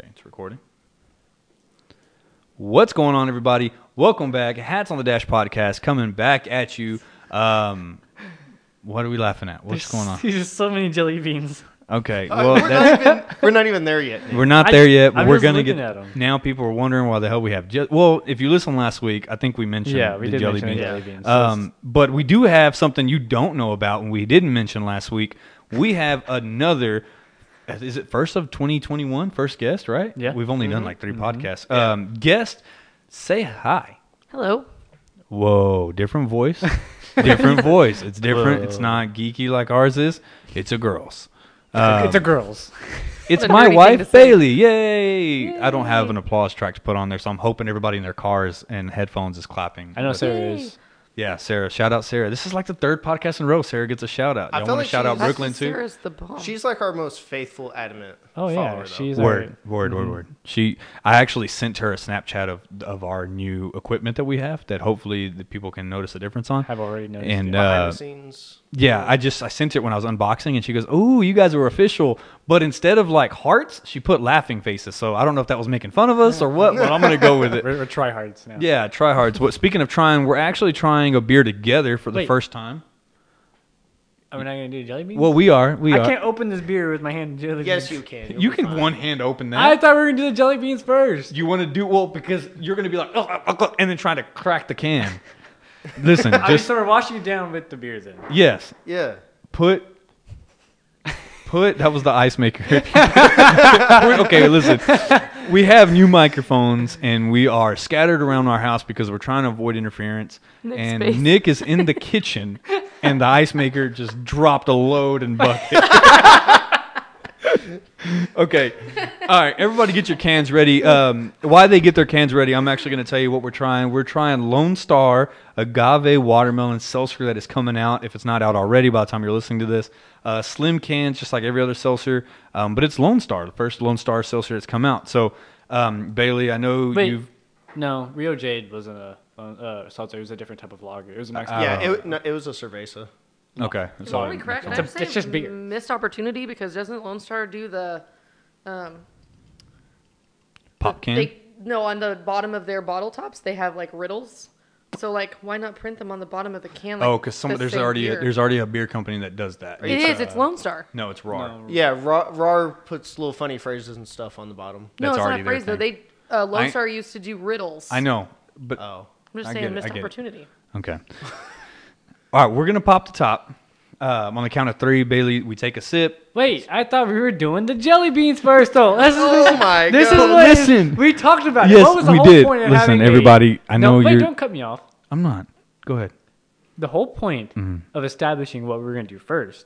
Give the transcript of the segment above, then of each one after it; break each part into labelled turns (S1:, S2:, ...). S1: It's recording. What's going on, everybody? Welcome back. Hats on the Dash podcast coming back at you. Um, what are we laughing at? What's going on?
S2: There's just so many jelly beans.
S1: Okay,
S3: Uh,
S1: well,
S3: we're,
S1: that's,
S3: not even, we're not even there yet. Nate.
S1: we're not
S2: I
S1: there
S2: just-
S1: yet. But
S2: I'm
S1: we're
S2: just
S1: gonna
S2: looking
S1: get
S2: at 'em.
S1: now. People are wondering why the hell we have. Je- well, if you listen last week, I think we mentioned
S2: Yeah, we
S1: the
S2: did
S1: jelly
S2: mention the
S1: beans.
S2: jelly beans.
S1: Um, but we do have something you don't know about, and we didn't mention last week. We have another. Is it first of 2021? First guest, right?
S2: Yeah. Mm-hmm.
S1: We've only done like 3 podcasts. Um, guest, say hi.
S4: Hello.
S1: Whoa, different voice, different voice. It's different. It's not geeky like ours is. It's a girl's. uh,
S2: it's a girls.
S1: It's
S4: What a
S1: my
S4: nerdy thing to
S1: wife,
S4: say.
S1: Bailey. Yay. I don't have an applause track to put on there, so I'm hoping everybody in their cars and headphones is clapping.
S2: I know
S1: But-
S2: Sarah is.
S1: Yeah, Sarah. Shout out, Sarah. This is like the third podcast in a row. Sarah gets a shout out.
S3: I
S1: I
S3: feel
S1: want
S3: like
S1: to shout out
S3: she's-
S1: Brooklyn too.
S4: Sarah's the bomb.
S3: She's like our most faithful, adamant.
S2: Oh yeah,
S3: follower, though.
S2: she's Mm-hmm.
S1: Word,
S2: our-
S1: word, word, word. She. I actually sent her a Snapchat of of our new equipment that we have that hopefully the people can notice a difference on.
S2: Have already noticed
S1: And
S2: it.
S3: behind
S1: uh,
S3: the scenes.
S1: Yeah, I just I sent it when I was unboxing, and she goes, "Oh, you guys were official." But instead of like hearts, she put laughing faces. So I don't know if that was making fun of us or what, but I'm gonna go with it.
S2: We're, we're tryhards now.
S1: Yeah, tryhards. What? Speaking of trying, we're actually trying a beer together for the
S2: Wait.
S1: first time.
S2: Are we not gonna do jelly beans?
S1: Well, we are. We
S2: I
S1: are.
S2: can't open this beer with my hand. in Jelly
S3: Yes, you
S2: beans.
S3: can. You'll
S1: you
S3: be
S1: can
S3: fine.
S1: one hand open that.
S2: I thought we were gonna do the jelly beans first.
S1: you want to do well because you're gonna be like, oh, oh, oh," and then trying to crack the can. Listen,
S2: I
S1: just
S2: so we're washing it down with the beer then.
S1: yes.
S3: Yeah.
S1: put put that was the ice maker We're- okay listen we have new microphones and we are scattered around our house because we're trying to avoid interference
S4: Nick's
S1: and
S4: face.
S1: nick is in the kitchen and the ice maker just dropped a load and bucket okay all right everybody get your cans ready um, why they get their cans ready i'm actually going to tell you what we're trying we're trying lone star agave watermelon seltzer that is coming out if it's not out already by the time you're listening to this uh, slim cans just like every other seltzer um, but it's lone star the first lone star seltzer that's come out so um, bailey i know
S2: Wait,
S1: you've
S2: no, Rio Jade wasn't a uh, seltzer. It was a different type of lager. It was a
S1: Uh,
S2: Mexican.
S3: Yeah, it, no, it was a cerveza.
S1: okay
S4: Why don't we crack? Can I
S2: It's a-
S4: just say
S2: it's just beer.
S4: missed opportunity because doesn't Lone Star do the um,
S1: pop can
S4: They, no, on the bottom of their bottle tops they have like riddles. So like, why not print them on the bottom of the can? Like,
S1: oh because some,
S4: the
S1: there's
S4: same
S1: already a,
S4: beer?
S1: there's already a beer company that does that
S4: It is. It's Lone Star.
S1: no it's raw
S2: No.
S3: Yeah, Ra- RAR puts little funny phrases and stuff on the bottom.
S4: No,
S1: That's
S4: it's not
S1: already
S4: a
S1: their
S4: phrase though.
S1: thing.
S4: They uh, Lone
S1: I-
S4: Star used to do riddles.
S1: i know but
S3: Oh.
S4: I'm
S1: I
S4: just
S1: get it,
S4: saying,
S1: I
S4: missed
S1: get it.
S4: opportunity.
S1: Okay. All right, we're gonna pop the top. Um, on the count of three, Bailey, we take a sip.
S2: Wait, I thought we were doing the jelly beans first though. This is,
S3: Oh my
S2: this is
S3: God.
S2: what
S1: Listen.
S2: we talked about. it. what was the whole Point of having a-
S1: I
S2: no, wait, don't cut me off.
S1: I'm not. Go ahead.
S2: the whole point
S1: Mm-hmm.
S2: of establishing what we were going to do 1st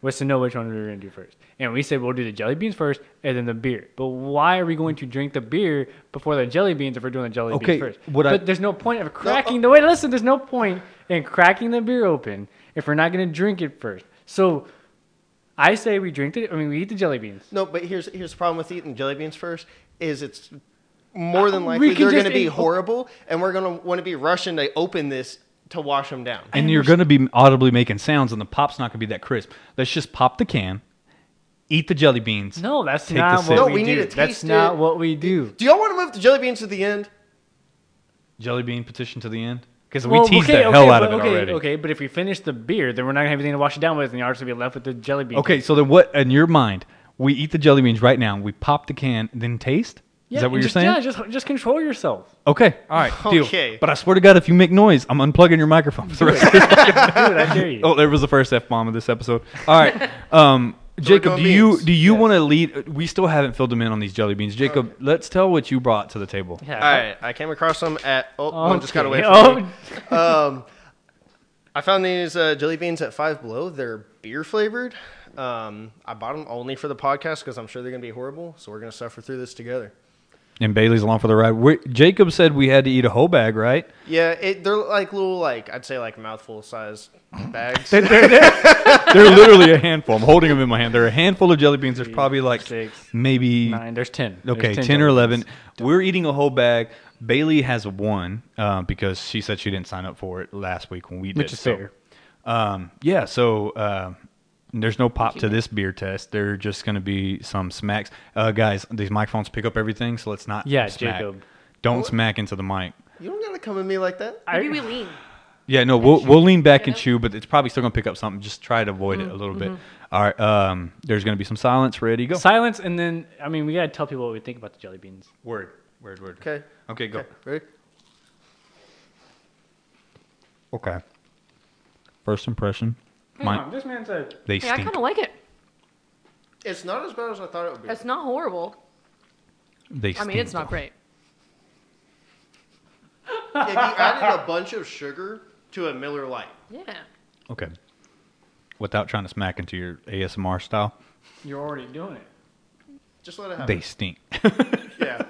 S2: was to know which one we were going to do first. And we said we'll do the jelly beans first and then the beer. But why are we going to drink the beer before the jelly beans if we're doing the jelly
S1: Okay,
S2: beans first?
S1: what
S2: but
S1: I- uh
S2: there's no point of cracking the wait, listen, there's no point in cracking the beer open if we're not going to drink it first. So I say we drink the I mean we eat the jelly beans.
S3: No, but here's here's the problem with eating jelly beans first is it's more than
S2: Uh, we
S3: likely
S2: can
S3: they're going to
S2: just
S3: be
S2: eat-
S3: horrible, and we're going to want to be rushing to open this to wash them down.
S1: And you're gonna be audibly making sounds, and the pop's not gonna be that crisp. Let's just pop the can, eat the jelly beans.
S2: No, that's
S1: Take the
S2: not
S1: sip.
S2: what
S1: No,
S2: we,
S3: we need
S2: do.
S3: to
S2: that's
S3: taste
S2: not
S3: it.
S2: what we do.
S3: Do y'all want to move the jelly beans to the end?
S1: Jelly bean petition to the end because
S2: Well,
S1: we teased
S2: okay,
S1: the hell
S2: okay,
S1: out of it
S2: but- okay,
S1: already. Okay.
S2: Okay, but if we finish the beer, then we're not gonna have anything to wash it down with, and you're just gonna be left with the jelly bean.
S1: so then what? In your mind, we eat the jelly beans right now. We pop the can, then taste.
S2: Yeah,
S1: Is that what you're
S2: just-
S1: saying?
S2: Yeah, just just control yourself.
S1: Okay. All right. Deal.
S3: Okay.
S1: But I swear to God, if you make noise, I'm unplugging your microphone. for the rest of this-
S2: Dude, I dare you.
S1: oh, there was the first f bomb of this episode. All right. Um, Jacob,
S3: going
S1: do you
S3: beans.
S1: do you
S3: Yes.
S1: want to lead? uh, We still haven't filled them in on these jelly beans. Jacob, let's tell what you brought to the table.
S2: Yeah.
S3: All right, I came across them at. Oh, one just got
S2: Okay.
S3: away from me.
S2: Oh,
S3: um, I found these uh, jelly beans at Five Below. They're beer flavored. Um, I bought them only for the podcast because I'm sure they're going to be horrible. So we're going to suffer through this together.
S1: And Bailey's along for the ride. we Jacob said we had to eat a whole bag, right?
S3: Yeah, it, they're like little, like I'd say, like mouthful size bags.
S1: They're literally a handful. I'm holding them in my hand. They're a handful of jelly beans. There's probably like
S2: six,
S1: maybe
S2: nine. There's ten. There's
S1: Okay, 10, or
S2: jelly
S1: 11.
S2: beans.
S1: We're eating a whole bag. Bailey has one uh, because she said she didn't sign up for it last week when we did.
S2: Which is
S1: so,
S2: fair.
S1: Um, yeah, so uh, There's no pop to this beer test. There are just going to be some smacks. Uh, guys, these microphones pick up everything, so let's not.
S2: Yeah,
S1: smack.
S2: Jacob.
S1: Don't smack into the mic.
S3: You don't gotta come at me like that.
S2: I-
S4: Maybe we lean.
S1: Yeah, no, we'll we'll lean back and
S4: Yeah.
S1: chew, but it's probably still gonna pick up something. Just try to avoid it a little bit. All right, um, there's gonna be some silence. Ready? Go.
S2: Silence, and then I mean, we gotta tell people what we think about the jelly beans.
S1: word, word, word.
S3: Okay.
S1: Okay, go.
S3: Okay. Ready?
S1: Okay. First impression. My,
S2: this man said
S1: they
S4: Hmm. Yeah, I
S1: stink.
S4: kind of like it.
S3: It's not as bad as I thought it would be.
S4: It's not horrible.
S1: They
S4: I
S1: stink.
S4: mean, it's not great.
S3: if you added a bunch of sugar to a Miller Lite,
S4: Yeah.
S1: Okay. Without trying to smack into your ASMR style,
S2: you're already doing it.
S3: just let it happen.
S1: they stink.
S3: yeah.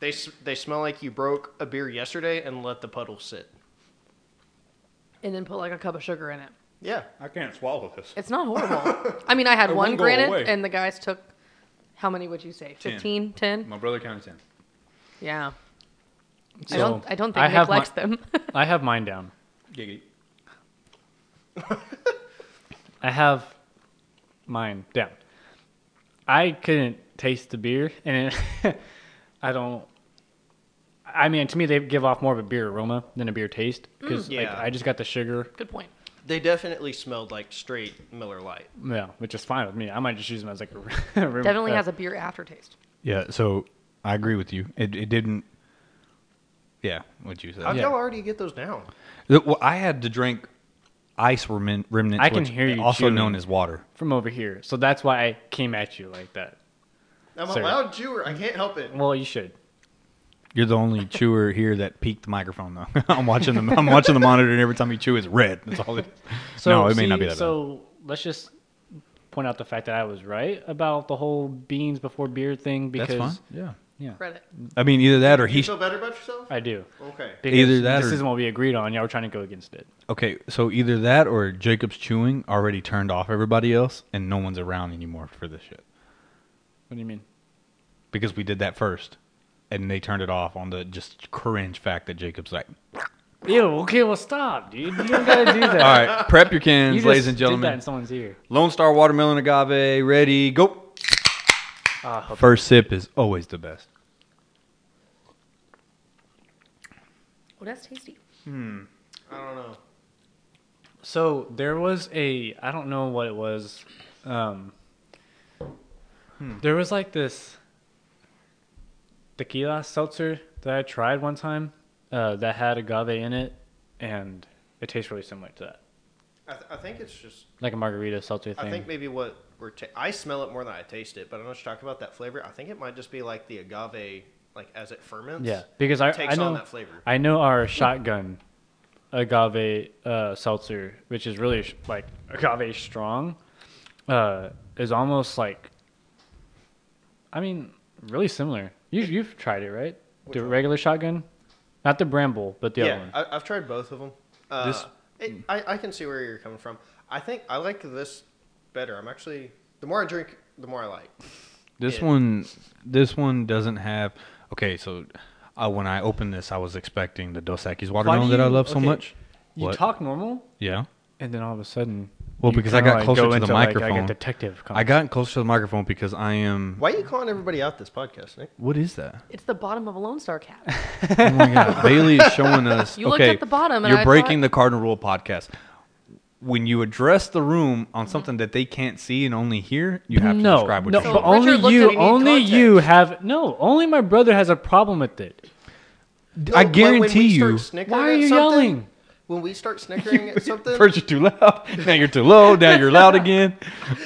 S3: They s- they smell like you broke a beer yesterday and let the puddle sit.
S4: And then put like a cup of sugar in it.
S3: Yeah.
S1: I can't swallow this.
S4: It's not horrible. I mean, I had
S1: It
S4: one
S1: won't go away.
S4: granted, and the guys took how many would you say?
S1: Ten.
S4: 15, 10?
S1: My brother counted ten.
S4: Yeah.
S2: So,
S4: I don't. I don't think
S2: I
S4: Nick
S2: have my-
S4: likes them.
S2: I have mine down.
S1: Giggy.
S2: I have mine down. I couldn't taste the beer, and it, I don't. I mean, to me, they give off more of a beer aroma than a beer taste because like
S3: Yeah.
S2: I just got the sugar,
S4: Good point.
S3: They definitely smelled like straight Miller Lite.
S2: yeah, which is fine with me. I might just use them as like a room.
S4: Definitely
S2: uh,
S4: has a beer aftertaste.
S1: Yeah. So I agree with you. It it didn't. Yeah. What you said.
S3: How'd
S2: Yeah.
S3: y'all already get those down?
S1: The- Well, I had to drink ice remin- remnants,
S2: I can
S1: which-
S2: hear you
S1: also
S2: chewing.
S1: known as water.
S2: from over here, so that's why I came at you like that.
S3: I'm
S2: Sir.
S3: a loud Jewer. I can't help it.
S2: Well, you should.
S1: You're the only chewer here that peaked the microphone, though. I'm watching the I'm watching the monitor, and every time you chew, it's red. That's all. It,
S2: So,
S1: no, it may not
S2: see,
S1: be that. bad.
S2: So let's just point out the fact that I was right about the whole beans before beer thing because
S1: That's fine. Yeah.
S4: Credit.
S1: I mean, either that or
S3: You
S1: he.
S3: feel better about yourself?
S2: I do.
S3: Okay.
S2: Because
S1: Either that
S2: this
S1: or-
S2: isn't what we agreed on. Y'all were trying to go against it.
S1: Okay, so either that or Jacob's chewing already turned off everybody else, and no one's around anymore for this shit
S2: What do you mean?
S1: because we did that first, and they turned it off on the just cringe fact that Jacob's like,
S2: Ew. Okay, well, stop, dude. You don't gotta do that.
S1: "All right, prep your
S2: you
S1: cans,
S2: just
S1: ladies and
S2: did that in
S1: gentlemen.
S2: someone's ear.
S1: Lone Star watermelon agave, ready, go."
S2: Ah, hope-
S1: First sip is always the best.
S4: Oh, that's tasty.
S3: I don't know.
S2: so there was a I don't know what it was. Um, hmm, There was like this tequila seltzer that I tried one time uh, that had agave in it, and it tastes really similar to that,
S3: I, th- I think it's just.
S2: like a margarita seltzer thing.
S3: I think maybe what we're. Ta- I smell it more than I taste it, but I know what you're talking about that flavor. I think it might just be like the agave, like as it ferments.
S2: yeah, because I
S3: takes
S2: I know
S3: on that flavor.
S2: I know our shotgun agave uh, seltzer, which is really sh- like agave strong, uh, is almost like, I mean, really similar. You, you've tried it, right? the regular shotgun, not the bramble, but the other
S3: yeah,
S2: one.
S3: I, I've tried both of them. Uh,
S1: This-
S3: it, I, I can see where you're coming from. I think I like this better. I'm actually. The more I drink, the more I like.
S1: This
S3: Yeah.
S1: one, this one doesn't have. Okay, so uh, when I opened this, I was expecting the Dos Equis watermelon that I
S2: you-
S1: love so
S2: okay.
S1: much.
S2: you
S1: What?
S2: talk normal,
S1: Yeah.
S2: and then all of a sudden,
S1: Well,
S2: you
S1: because I
S2: kinda,
S1: got closer
S2: go
S1: to the
S2: into, like, I
S1: microphone.
S2: get detective.
S1: I got closer to the microphone because I am.
S3: Why are you calling everybody out this podcast, Nick?
S1: What is that?
S4: It's the bottom of a Lone Star cap.
S1: Oh my God, Bailey is showing us.
S4: You looked
S1: okay,
S4: at the bottom and
S1: You're
S4: I
S1: breaking
S4: thought-
S1: the cardinal rule podcast. When you address the room
S4: Mm-hmm.
S1: on something that they can't see and only hear, you have to
S2: no,
S1: describe what
S2: no,
S1: you're
S2: but
S1: doing.
S4: Richard
S2: only
S4: looked at it,
S2: you,
S4: he needed
S2: only you have no. Only my brother has a problem with it.
S1: I
S3: No, when- when we
S1: guarantee
S3: start
S1: you.
S3: snickering
S2: Why are
S3: at
S2: you
S3: something-
S2: yelling?
S3: When we start snickering at something,
S1: First you're too loud. Now you're too low. Now you're loud again.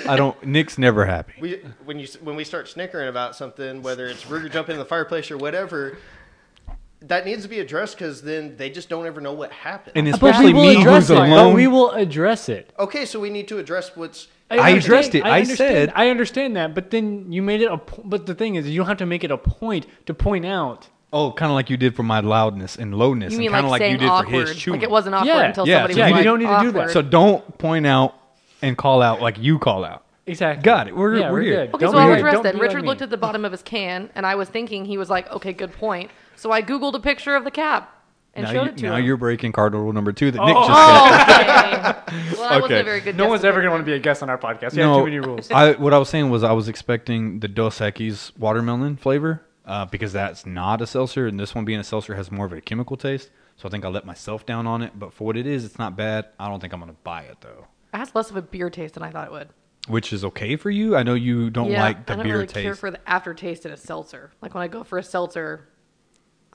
S1: I don't. Nick's never happy.
S3: we when you s- when we start snickering about something, whether it's Ruger jumping in the fireplace or whatever, that needs to be addressed because then they just don't ever know what happened.
S1: And especially
S2: but we will
S1: me
S2: address
S1: who's
S2: it.
S1: alone.
S2: But we will address it.
S3: okay, so we need to address what's.
S1: I
S2: understand-
S1: addressed it. I
S2: understand-
S1: said-
S2: I understand that, but then you made it a. po- But the thing is, you don't have to make it a point to point out.
S1: oh, kind of like you did for my loudness and lowness,
S4: You
S1: and
S4: mean
S1: kind
S4: like
S1: of like,
S4: saying
S1: you did for
S4: awkward?
S1: his chewing.
S4: Like it wasn't awkward
S2: Yeah.
S4: until
S1: Yeah,
S4: somebody
S1: yeah,
S4: was
S1: you
S4: like,
S2: don't need to do that.
S4: awkward.
S1: so don't point out and call out like you call out.
S2: Exactly.
S1: Got it. We're-
S2: yeah,
S1: we're here.
S2: good.
S4: Okay,
S2: Don't
S4: so I'll
S2: be-
S4: address
S2: don't
S4: that.
S2: be
S4: Richard
S2: like me.
S4: looked at the bottom of his can, and I was thinking he was like, "Okay, good point." So I googled a picture of the cap,
S2: and
S1: now
S2: showed
S1: you,
S2: it to
S1: now
S2: him.
S1: you're breaking card rule number two that Nick
S2: Oh.
S1: just said.
S4: Oh, okay. Well, I wasn't
S1: Okay.
S4: a very good.
S2: no
S4: guest
S2: one's ever
S4: there.
S2: going to want to be a guest on our podcast. We have oh, too many rules.
S1: I, what I was saying was I was expecting the Dos Equis watermelon flavor uh, because that's not a seltzer, and this one being a seltzer has more of a chemical taste. So I think I let myself down on it. But for what it is, it's not bad. I don't think I'm gonna buy it though,
S4: It has less of a beer taste than I thought it would.
S1: which is okay for you. I know you don't like the
S4: I don't
S1: beer
S4: really care
S1: taste.
S4: for the aftertaste in a seltzer. Like when I go for a seltzer,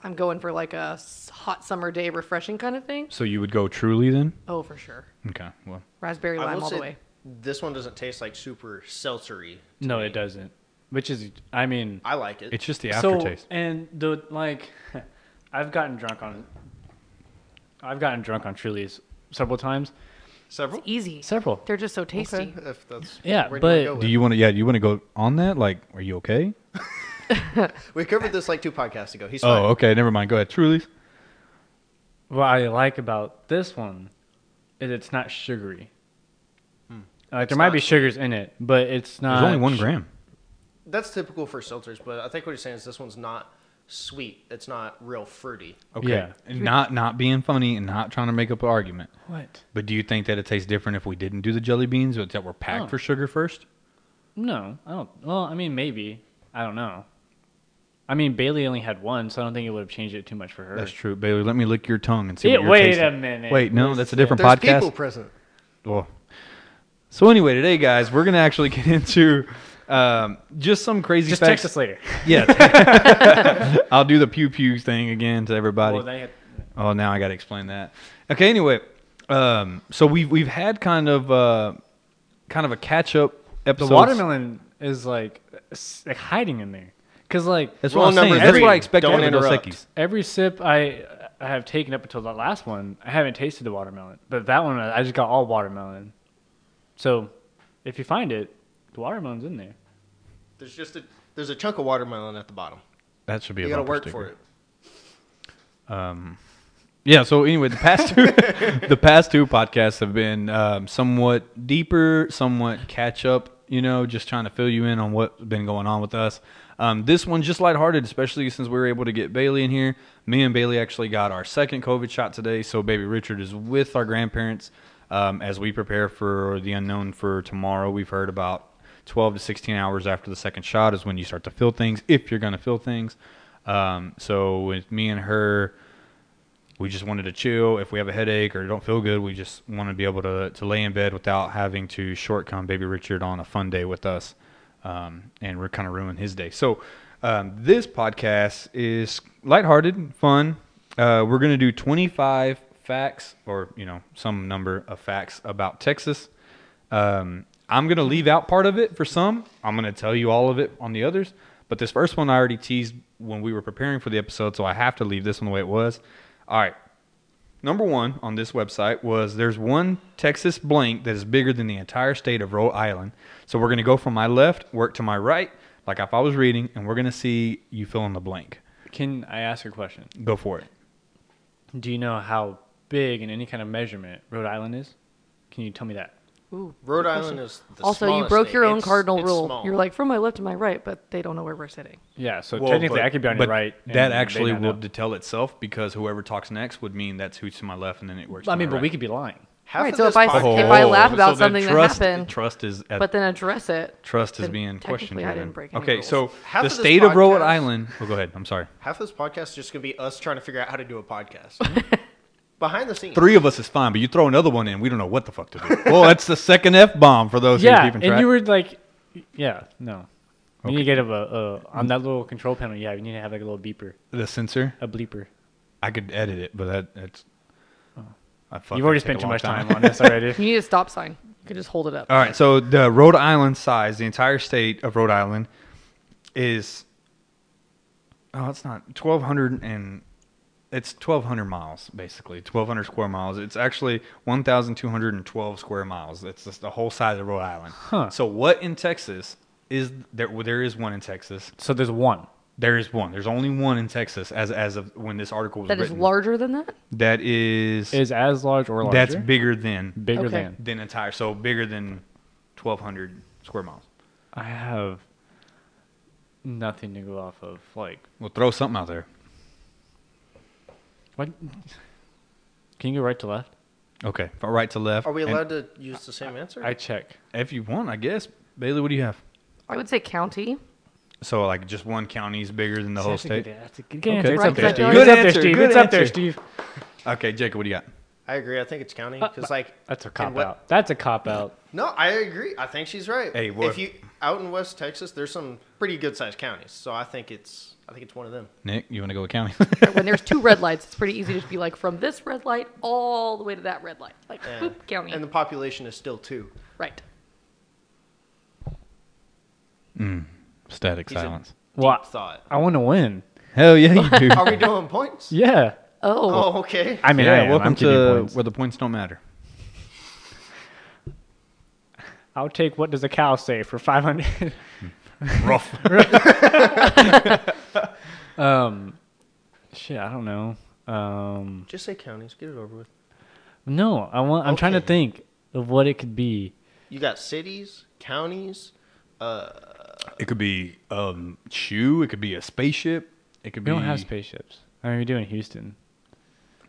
S4: I'm going for like a s- hot summer day refreshing kind of thing.
S1: so you would go Truly then?
S4: Oh, for sure.
S1: Okay, well,
S4: Raspberry
S3: I
S4: lime
S3: will
S4: all
S3: say
S4: the way.
S3: this one doesn't taste like super seltzery. to
S2: no,
S3: me.
S2: it doesn't. Which is, I mean,
S3: I like it.
S1: it's just the
S2: so
S1: aftertaste.
S2: and the like, I've gotten drunk on, I've gotten drunk on Truly's several times.
S3: several.
S4: Easy.
S2: Several.
S4: They're just so tasty.
S3: Okay, if that's
S2: Yeah,
S3: where do
S2: but-
S3: we, go
S1: do
S3: with
S1: you want to? Yeah, do you want to go on that? Like, are you okay?
S3: it? we covered this like two podcasts ago. He's fine.
S1: Oh, okay. Never mind. Go ahead. Truly's.
S2: What I like about this one is it's not sugary. Like there
S3: It's
S2: might
S3: not
S2: be sugars in it, but it's not.
S1: There's only one gram.
S3: That's typical for seltzers, but I think what he's saying is this one's not sweet. It's not real fruity.
S1: Okay.
S2: Yeah.
S1: And Not not being funny and not trying to make up an argument.
S2: What?
S1: But do you think that it tastes different if we didn't do the jelly beans or that were packed
S2: Oh.
S1: for sugar first?
S2: No, I don't. Well, I mean, maybe. I don't know. I mean, Bailey only had one, so I don't think it would have changed it too much for her.
S1: That's true, Bailey. Let me lick your tongue and see.
S2: Yeah,
S1: what you're
S2: wait
S1: tasting.
S2: a minute.
S1: Wait, no,
S2: Wait
S1: that's a
S2: a
S1: different
S3: There's
S1: podcast.
S3: people present.
S1: Well, so anyway, today, guys, we're gonna actually get into um, just some crazy
S2: Just
S1: facts.
S2: text us later.
S1: Yeah, I'll do the pew pew thing again to everybody.
S2: Well, then you had-
S1: Oh, now I got to explain that. Okay, anyway, um, so we've we've had kind of uh, kind of a catch up
S2: the
S1: episode.
S2: watermelon is like, s- like hiding in there, because like
S1: That's
S3: Rule
S1: what I'm
S3: number
S1: saying. That's
S3: three,
S1: what I expect
S3: don't
S1: out of Dos
S3: interrupt.
S1: Equis.
S2: every sip I I have taken up until the last one, I haven't tasted the watermelon. But that one, I just got all watermelon. So, if you find it, the watermelon's in there.
S3: There's just a there's a chunk of watermelon at the bottom.
S1: That should be
S3: You
S1: a
S3: got to
S1: bumper
S3: work
S1: sticker.
S3: for it.
S1: Yeah. So anyway, the past two, the past two podcasts have been um, somewhat deeper, somewhat catch up. You know, just trying to fill you in on what's been going on with us. Um, this one's just lighthearted, especially since we were able to get Bailey in here. Me and Bailey actually got our second COVID shot today, so baby Richard is with our grandparents um, as we prepare for the unknown for tomorrow. We've heard about 12 to 16 hours after the second shot is when you start to feel things, if you're going to feel things. Um, so with me and her, we just wanted to chill. If we have a headache or don't feel good, we just want to be able to, to lay in bed without having to shortcome baby Richard on a fun day with us um, and we're kind of ruin his day. So um, this podcast is lighthearted, fun. Uh, we're going to do 25 facts or, you know, some number of facts about Texas. Um, I'm going to leave out part of it for some. I'm going to tell you all of it on the others. But this first one I already teased when we were preparing for the episode, so I have to leave this one the way it was. All right. Number one on this website was there's one Texas blank that is bigger than the entire state of Rhode Island. So we're going to go from my left, work to my right, like if I was reading, and we're going to see you fill in the blank.
S2: Can I ask a question?
S1: Go for it.
S2: Do you know how big in any kind of measurement Rhode Island is? Can you tell me that?
S4: Ooh.
S3: Rhode
S4: good
S3: Island
S4: question.
S3: is the
S4: Also, you
S3: smallest
S4: broke
S3: state.
S4: your own
S3: It's-
S4: cardinal
S3: it's
S4: rule.
S3: small.
S4: You're like from my left to my right, but they don't know where we're sitting.
S2: Yeah, so
S1: Well,
S2: technically
S1: but-
S2: I could be on
S1: but
S2: your right. and
S1: That
S2: they
S1: actually
S2: not
S1: will
S2: know.
S1: detail itself because whoever talks next would mean that's who's to my left, and then it works.
S2: I mean, but we could be lying.
S3: half
S4: Right,
S3: of
S4: so
S3: this
S4: if I-
S3: podcast-
S4: if
S1: Oh.
S4: I laugh about
S1: then
S4: something that
S1: trust,
S4: happened,
S1: trust is at,
S4: But then address it.
S1: trust is
S4: then
S1: being questioned.
S4: technically I
S1: here
S4: didn't
S1: then.
S4: break any
S1: okay,
S4: rules.
S1: so
S3: Half
S1: the
S3: of this
S1: state of Rhode
S3: podcast-
S1: Island. Well, go ahead. I'm sorry.
S3: half of this podcast is just gonna be us trying to figure out how to do a podcast behind the scenes.
S1: Three of us is fine, but you throw another one in, we don't know what the fuck to do. well, that's the second f bomb for those who are
S2: Yeah,
S1: keeping track.
S2: and you were like, yeah, no. You need to get a, a, on that little control panel you have, you need to have like a little beeper,
S1: the censor.
S2: a bleeper.
S1: I could edit it, but that that's. Oh. I fucking
S2: You've already
S1: take
S2: spent
S1: a
S2: too
S1: long
S2: much time on this
S4: You
S2: already.
S4: need a stop sign. You can just hold it up.
S1: All right, so the Rhode Island size, the entire state of Rhode Island, is. Oh, it's not twelve hundred and. It's twelve hundred miles, basically twelve hundred square miles. It's actually one thousand two hundred and twelve square miles. It's just the whole size of Rhode Island.
S2: Huh.
S1: So what in Texas is there? Well, there is one in Texas.
S2: so there's one.
S1: There is one. There's only one in Texas as as of when this article was
S4: That is
S1: written.
S4: larger than that.
S1: That is,
S2: Is as large or larger?
S1: that's bigger than
S2: bigger
S4: Okay.
S2: than.
S1: than entire. So bigger than twelve hundred square miles.
S2: I have nothing to go off of. Like,
S1: We'll throw something out there.
S2: What? Can you go right to left?
S1: Okay, from right to left.
S3: Are we
S1: And
S3: allowed to use the same answer?
S2: I check.
S1: if you want, I guess. Bailey, what do you have?
S4: I would say county.
S1: So like just one county is bigger than the
S2: See,
S1: whole
S2: that's a good-
S1: state.
S2: That's a good, good answer. It's
S4: Right,
S2: up there,
S4: is that
S2: Steve.
S4: good?
S2: It's up there,
S1: Good
S2: Steve.
S1: answer,
S2: It's up there,
S1: good
S2: Steve.
S1: Okay, Jacob, what do you got?
S3: I agree. I think it's county
S4: Uh,
S3: because like
S2: That's a
S3: In
S2: cop
S3: what-
S2: out. That's a cop out.
S3: no, I agree. I think she's right.
S1: Hey, what-
S3: if you out in West Texas, there's some pretty good sized counties, so I think it's I think it's one of them.
S1: Nick, you want to go with county?
S4: when there's two red lights, it's pretty easy to just be like from this red light all the way to that red light, like
S3: And,
S4: boop, county,
S3: and the population is still two.
S4: right.
S1: Static
S3: He's a-
S1: silence.
S2: Well,
S3: Thought.
S2: I want to win.
S1: Hell yeah, you do.
S3: Are we doing points?
S2: Yeah.
S4: Oh,
S3: Oh, okay.
S2: I mean, I
S1: yeah,
S2: am.
S1: welcome
S2: I'm keeping
S1: to
S2: points.
S1: where the points don't matter.
S2: I'll take what does a cow say for 500.
S1: Rough.
S2: um, shit, I don't know. Um,
S3: Just say counties. Get it over with.
S2: no, I want. I'm trying to
S3: Okay.
S2: think of what it could be.
S3: You got cities, counties.
S1: it could be um shoe. It could be a spaceship. It could
S2: We
S1: be.
S2: don't have spaceships. I mean, we do in Houston.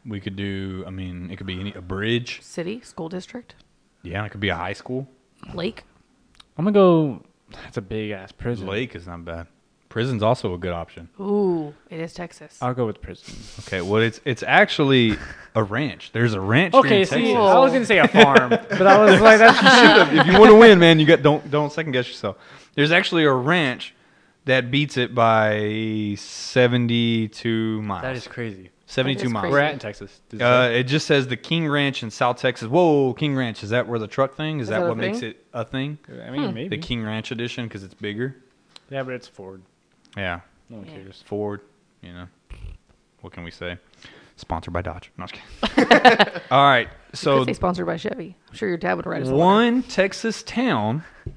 S1: We could do. I mean, it could be any a bridge.
S4: city, school district,
S1: Yeah, it could be a high school.
S4: lake.
S2: I'm gonna go. That's a big ass prison.
S1: Lake is not bad. Prison's also a good option.
S4: Ooh, it is Texas.
S2: I'll go with prison.
S1: Okay, well it's it's actually a ranch. There's a ranch. here
S2: Okay,
S1: in
S2: see,
S1: Texas.
S2: I was gonna say a farm, but I was like, that's
S1: if you want to win, man, you got don't don't second guess yourself. There's actually a ranch that beats it by 72 miles.
S2: that is crazy.
S1: 72
S4: that is
S1: miles.
S2: We're at in Texas. Does it
S1: Uh,
S2: say?
S1: it just says the King Ranch in South Texas. Whoa, King Ranch. Is that where the truck thing? Is,
S4: Is
S1: that,
S4: that a
S1: what makes
S4: thing?
S1: it a thing?
S2: I mean, maybe.
S1: The King Ranch edition because it's bigger.
S2: hmm. yeah, but it's Ford.
S1: Yeah,
S2: No one
S4: Yeah.
S2: cares.
S1: Ford. You know, what can we say? Sponsored by Dodge. No, I'm just kidding. All right,
S4: So
S1: so
S4: could say sponsored by Chevy. I'm sure your dad would write us a letter.
S1: one Texas town.
S2: So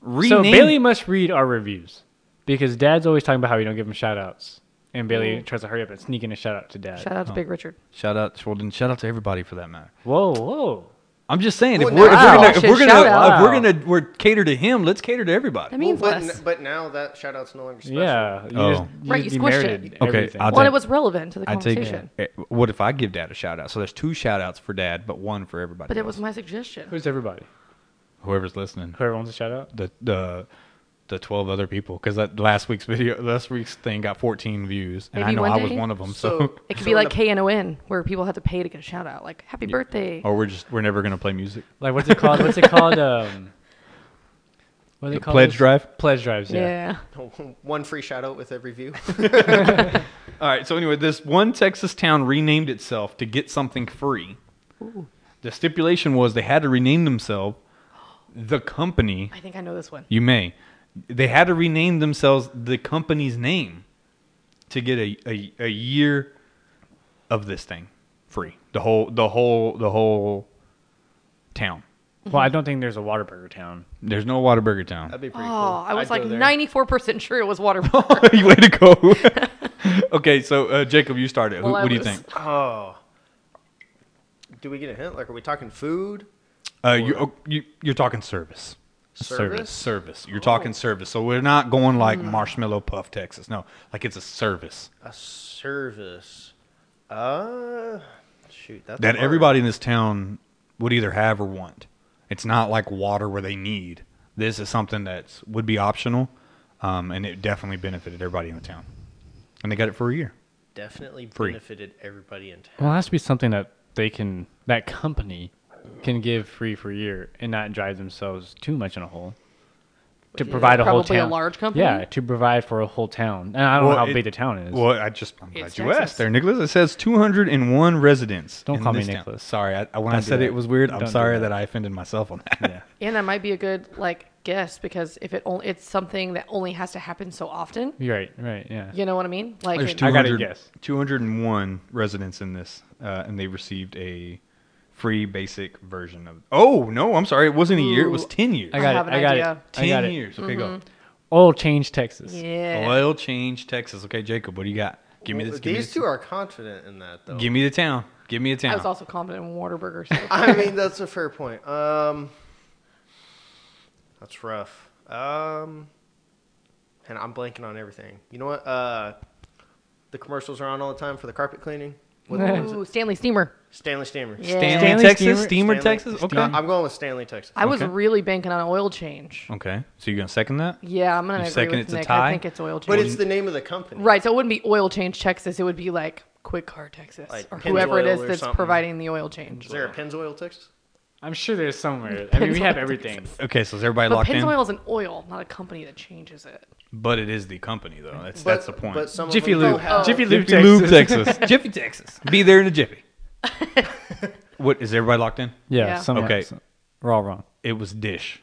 S1: Renamed
S2: Bailey must read our reviews because Dad's always talking about how we don't give him shout outs. And Bailey
S4: Ooh.
S2: tries to hurry up and sneak in a shout out to Dad.
S4: Shout out to
S1: Oh.
S4: Big Richard.
S1: Shout out, well, then shout out to everybody for that matter.
S2: Whoa, whoa.
S1: I'm just saying, if
S3: Well,
S1: we're,
S4: now-
S1: if
S4: Wow.
S1: we're gonna, if we're
S4: Shout
S1: gonna,
S2: out.
S1: if we're gonna, we're cater to him. Let's cater to everybody.
S4: That means
S3: Well, but,
S4: less.
S3: n- but now that shout out's no longer special.
S2: Yeah. You
S1: Oh.
S2: just, you
S4: Right,
S2: just
S4: you squished it.
S2: demerited
S1: Okay,
S2: everything.
S1: I'll
S4: One,
S1: take-
S4: it was relevant to the
S1: I take.
S4: conversation,
S1: eh, What if I give Dad a shout out? So there's two shout outs for Dad, but one for everybody.
S4: but it
S1: else.
S4: was my suggestion.
S2: Who's everybody?
S1: whoever's listening.
S2: Whoever wants a shout out?
S1: The the the 12 other people because that last week's video, last week's thing got 14 views, and
S4: Maybe
S1: I know
S4: one
S1: I was
S4: day-
S1: one of them. So,
S3: So
S4: It could
S3: so
S4: be
S3: in
S4: like
S3: the-
S4: K N O N, where people have to pay to get a shout out, like "Happy birthday."
S1: or we're just we're never gonna play music.
S2: Like, what's it called? what's it called? Um, what do they
S1: The
S2: call
S1: pledge
S2: those?
S1: drive?
S2: Pledge drives, yeah.
S4: yeah.
S3: one free shout out with every view.
S1: All right. So anyway, this one Texas town renamed itself to get something free. The stipulation was they had to rename themselves the company.
S4: I think I know this one.
S1: You may. They had to rename themselves the company's name to get a, a, a year of this thing free. The whole the whole the whole town.
S2: Well,
S4: Mm-hmm.
S2: I don't think there's a Waterburger town.
S1: There's no Waterburger
S3: That'd
S1: town.
S3: be pretty cool.
S4: Oh, I was
S3: I'd
S4: like
S3: go there.
S4: ninety-four percent sure it was water.
S1: Way to go. okay, so uh, Jacob, you started. Who,
S4: Well, I
S1: what do you
S4: was-
S1: think?
S3: Oh. Do we get a hint? Like, are we talking food?
S1: Uh, you, oh, you you're talking service.
S3: Service?
S1: Service. You're talking service. So we're not going like marshmallow puff Texas. No, like it's a service.
S3: A service. Uh, shoot. That's
S1: that
S3: hard.
S1: everybody in this town would either have or want. It's not like water where they need. This is something that would be optional, um, and it definitely benefited everybody in the town. And they got it for a year.
S3: definitely
S1: Free.
S3: benefited everybody in town.
S2: Well, it has to be something that they can, that company can give free for a year and not drive themselves too much in a hole. To
S4: Yeah,
S2: provide a whole
S4: probably a
S2: town.
S4: large company?
S2: Yeah, to provide for a whole town. And I don't
S1: Well,
S2: know how
S1: it-
S2: big the town is.
S1: Well, I just I'm glad
S4: It's
S1: you
S4: Texas.
S1: asked there, Nicholas. It says 201 residents.
S2: Don't
S1: in
S2: call me
S1: this town.
S2: Nicholas.
S1: Sorry, I, I- when I
S2: Don't do
S1: said it
S2: that.
S1: was weird, I'm
S2: Don't do
S1: sorry
S2: that.
S1: that. I offended myself on that.
S2: yeah.
S4: And that might be a good like guess because if it only it's something that only has to happen so often.
S2: You're right, right, yeah.
S4: You know what I mean? Like
S1: There's
S4: it-
S2: I gotta
S1: 200
S2: guess.
S1: 201 residents in this, uh, and they received a free basic version of. Oh no, I'm sorry. It wasn't a year. It was
S4: Ooh.
S1: 10 years.
S2: I got
S4: have
S2: it.
S4: an
S2: I got
S4: idea.
S2: it. I got
S1: 10
S2: it.
S1: years. Okay, go.
S2: Oil change Texas.
S4: Yeah.
S1: Oil change Texas. Okay, Jacob, what do you got? Give me
S3: Well,
S1: this. Give
S3: These
S1: me
S3: two are confident in that, though.
S1: Give me the town. Give me a town.
S4: I was also confident in Waterburger. So.
S3: I mean, that's a fair point. Um, that's rough. Um, and I'm blanking on everything. You know what? Uh, The commercials are on all the time for the carpet cleaning. What, what's it?
S4: Ooh, Stanley Steamer.
S3: Stanley Steamer.
S4: Yeah.
S1: Stanley,
S2: Stanley
S1: Texas,
S2: Steamer-
S1: Steamer,
S3: Stanley-
S1: Texas. Okay.
S3: No, I'm going with Stanley, Texas.
S4: I was
S1: Okay.
S4: really banking on oil change.
S1: okay. So you're gonna second that?
S4: Yeah, I'm gonna
S1: You
S4: agree
S1: second
S4: with
S1: it's a
S4: Nick.
S1: tie?
S4: I think it's oil change.
S3: but it's the name of the company.
S4: right, so it wouldn't be oil change Texas. It would be like Quick Car Texas
S3: Like
S4: or
S3: Pennzoil
S4: whoever it is
S3: or
S4: that's
S3: something.
S4: providing the oil change.
S3: Is there a Pennzoil, Texas?
S2: I'm sure there's somewhere. I mean, we have everything.
S1: Okay. So is everybody
S4: But
S1: locked in?
S4: Pennzoil is an oil, not a company that changes it.
S1: But it is the company though. That's that's the point.
S3: But some
S2: Jiffy
S3: of them
S2: Lube.
S3: Don't
S4: Oh.
S3: have,
S2: Jiffy Lube,
S1: Jiffy Lube,
S2: Texas.
S1: Texas. Jiffy, Texas. Be there in a jiffy. what is everybody locked in?
S2: Yeah,
S4: Yeah.
S2: somewhere.
S1: Okay.
S2: We're all wrong.
S1: It was Dish.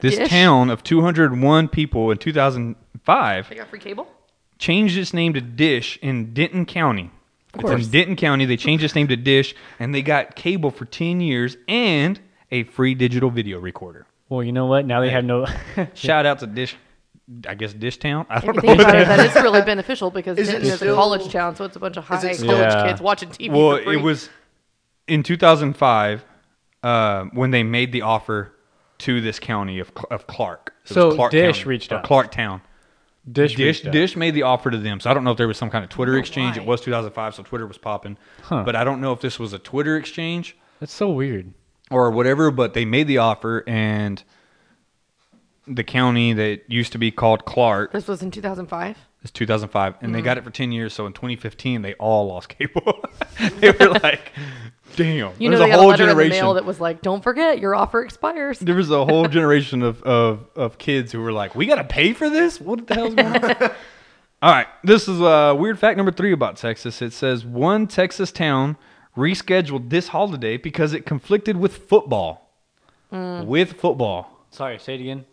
S1: This
S4: Dish?
S1: town of 201 people in 2005
S4: They got free cable?
S1: changed its name to Dish in Denton County. It's
S2: course.
S1: in Denton County. They changed its name to Dish, and they got cable for 10 years and a free digital video recorder.
S2: Well, you know what? Now they have no.
S1: Shout out to Dish. I guess Dish Town. I
S4: If
S1: don't
S4: you
S1: know.
S4: think
S1: What
S4: about it, that is really beneficial because
S3: Is it
S4: Denton is a
S3: still-
S4: college town, so it's a bunch of high college
S3: still-
S2: Yeah.
S4: kids watching TV.
S1: well,
S4: for free.
S1: it was in 2005 uh, when they made the offer to this county of, Cl- of Clark. It was
S2: So
S1: Clark
S2: Dish
S1: County,
S2: reached
S1: or
S2: out.
S1: Clark Town.
S2: Dish.
S1: Dish
S2: reached out.
S1: Dish made the offer to them. So I don't know if there was some kind of Twitter exchange. It
S4: why.
S1: was 2005, so Twitter was popping.
S2: Huh.
S1: But I don't know if this was a Twitter exchange
S2: That's so weird.
S1: or whatever. But they made the offer, and the county that used to be called Clark
S4: This was in 2005.
S1: is 2005, and they
S4: Mm.
S1: got it for 10 years. So in 2015, they all lost cable. they were like, "Damn!"
S4: You
S1: there's
S4: know,
S1: a
S4: they got a
S1: whole
S4: letter in the
S1: generation.
S4: mail that was like, "Don't forget, your offer expires."
S1: there was a whole generation of, of, of kids who were like, we got to pay for this? What the hell's going on? All right. This is uh, weird fact number three about Texas. It says one Texas town rescheduled this holiday because it conflicted with football.
S4: Mm.
S1: With football.
S2: Sorry, say it again.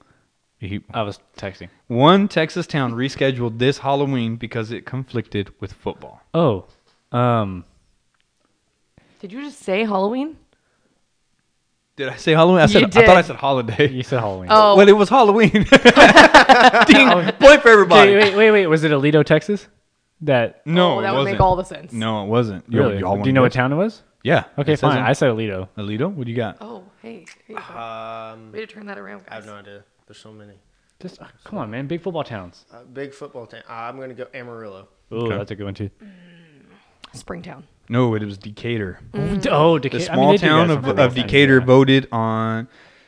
S2: I was texting.
S1: One Texas town rescheduled this Halloween because it conflicted with football.
S2: Oh, um,
S4: Did you just say Halloween?
S1: Did I say Halloween? I said
S4: You
S1: I thought I
S4: did.
S1: said holiday.
S2: you said Halloween.
S4: Oh,
S1: Well, it was Halloween. Ding, point for everybody.
S2: Okay, wait, wait, wait. Was it Alito, Texas? That
S1: No,
S4: Oh,
S1: it
S4: that would make
S1: wasn't.
S4: all the sense.
S1: No, it wasn't. You-
S2: really?
S1: y'all
S2: Do you
S1: wanna
S2: know what
S1: guess?
S2: town it was?
S1: Yeah.
S2: Okay,
S1: it says
S2: fine.
S1: on-
S2: I said Alito.
S1: Alito, what do you got?
S4: Oh, hey, here you go.
S3: um,
S4: way to turn that around,
S3: I
S4: guys.
S3: have no idea. There's so many.
S2: Just uh, come on, man. Big football towns.
S3: Uh, big football team. I'm going to go Amarillo.
S2: Oh,
S1: Okay.
S2: that's a good one too.
S4: Springtown.
S1: No, it was Decatur.
S2: Oh, Deca-
S1: The
S2: I mean,
S1: small
S2: they do
S1: town
S2: that
S1: of,
S2: sometimes.
S1: of Decatur
S2: Yeah.
S1: voted on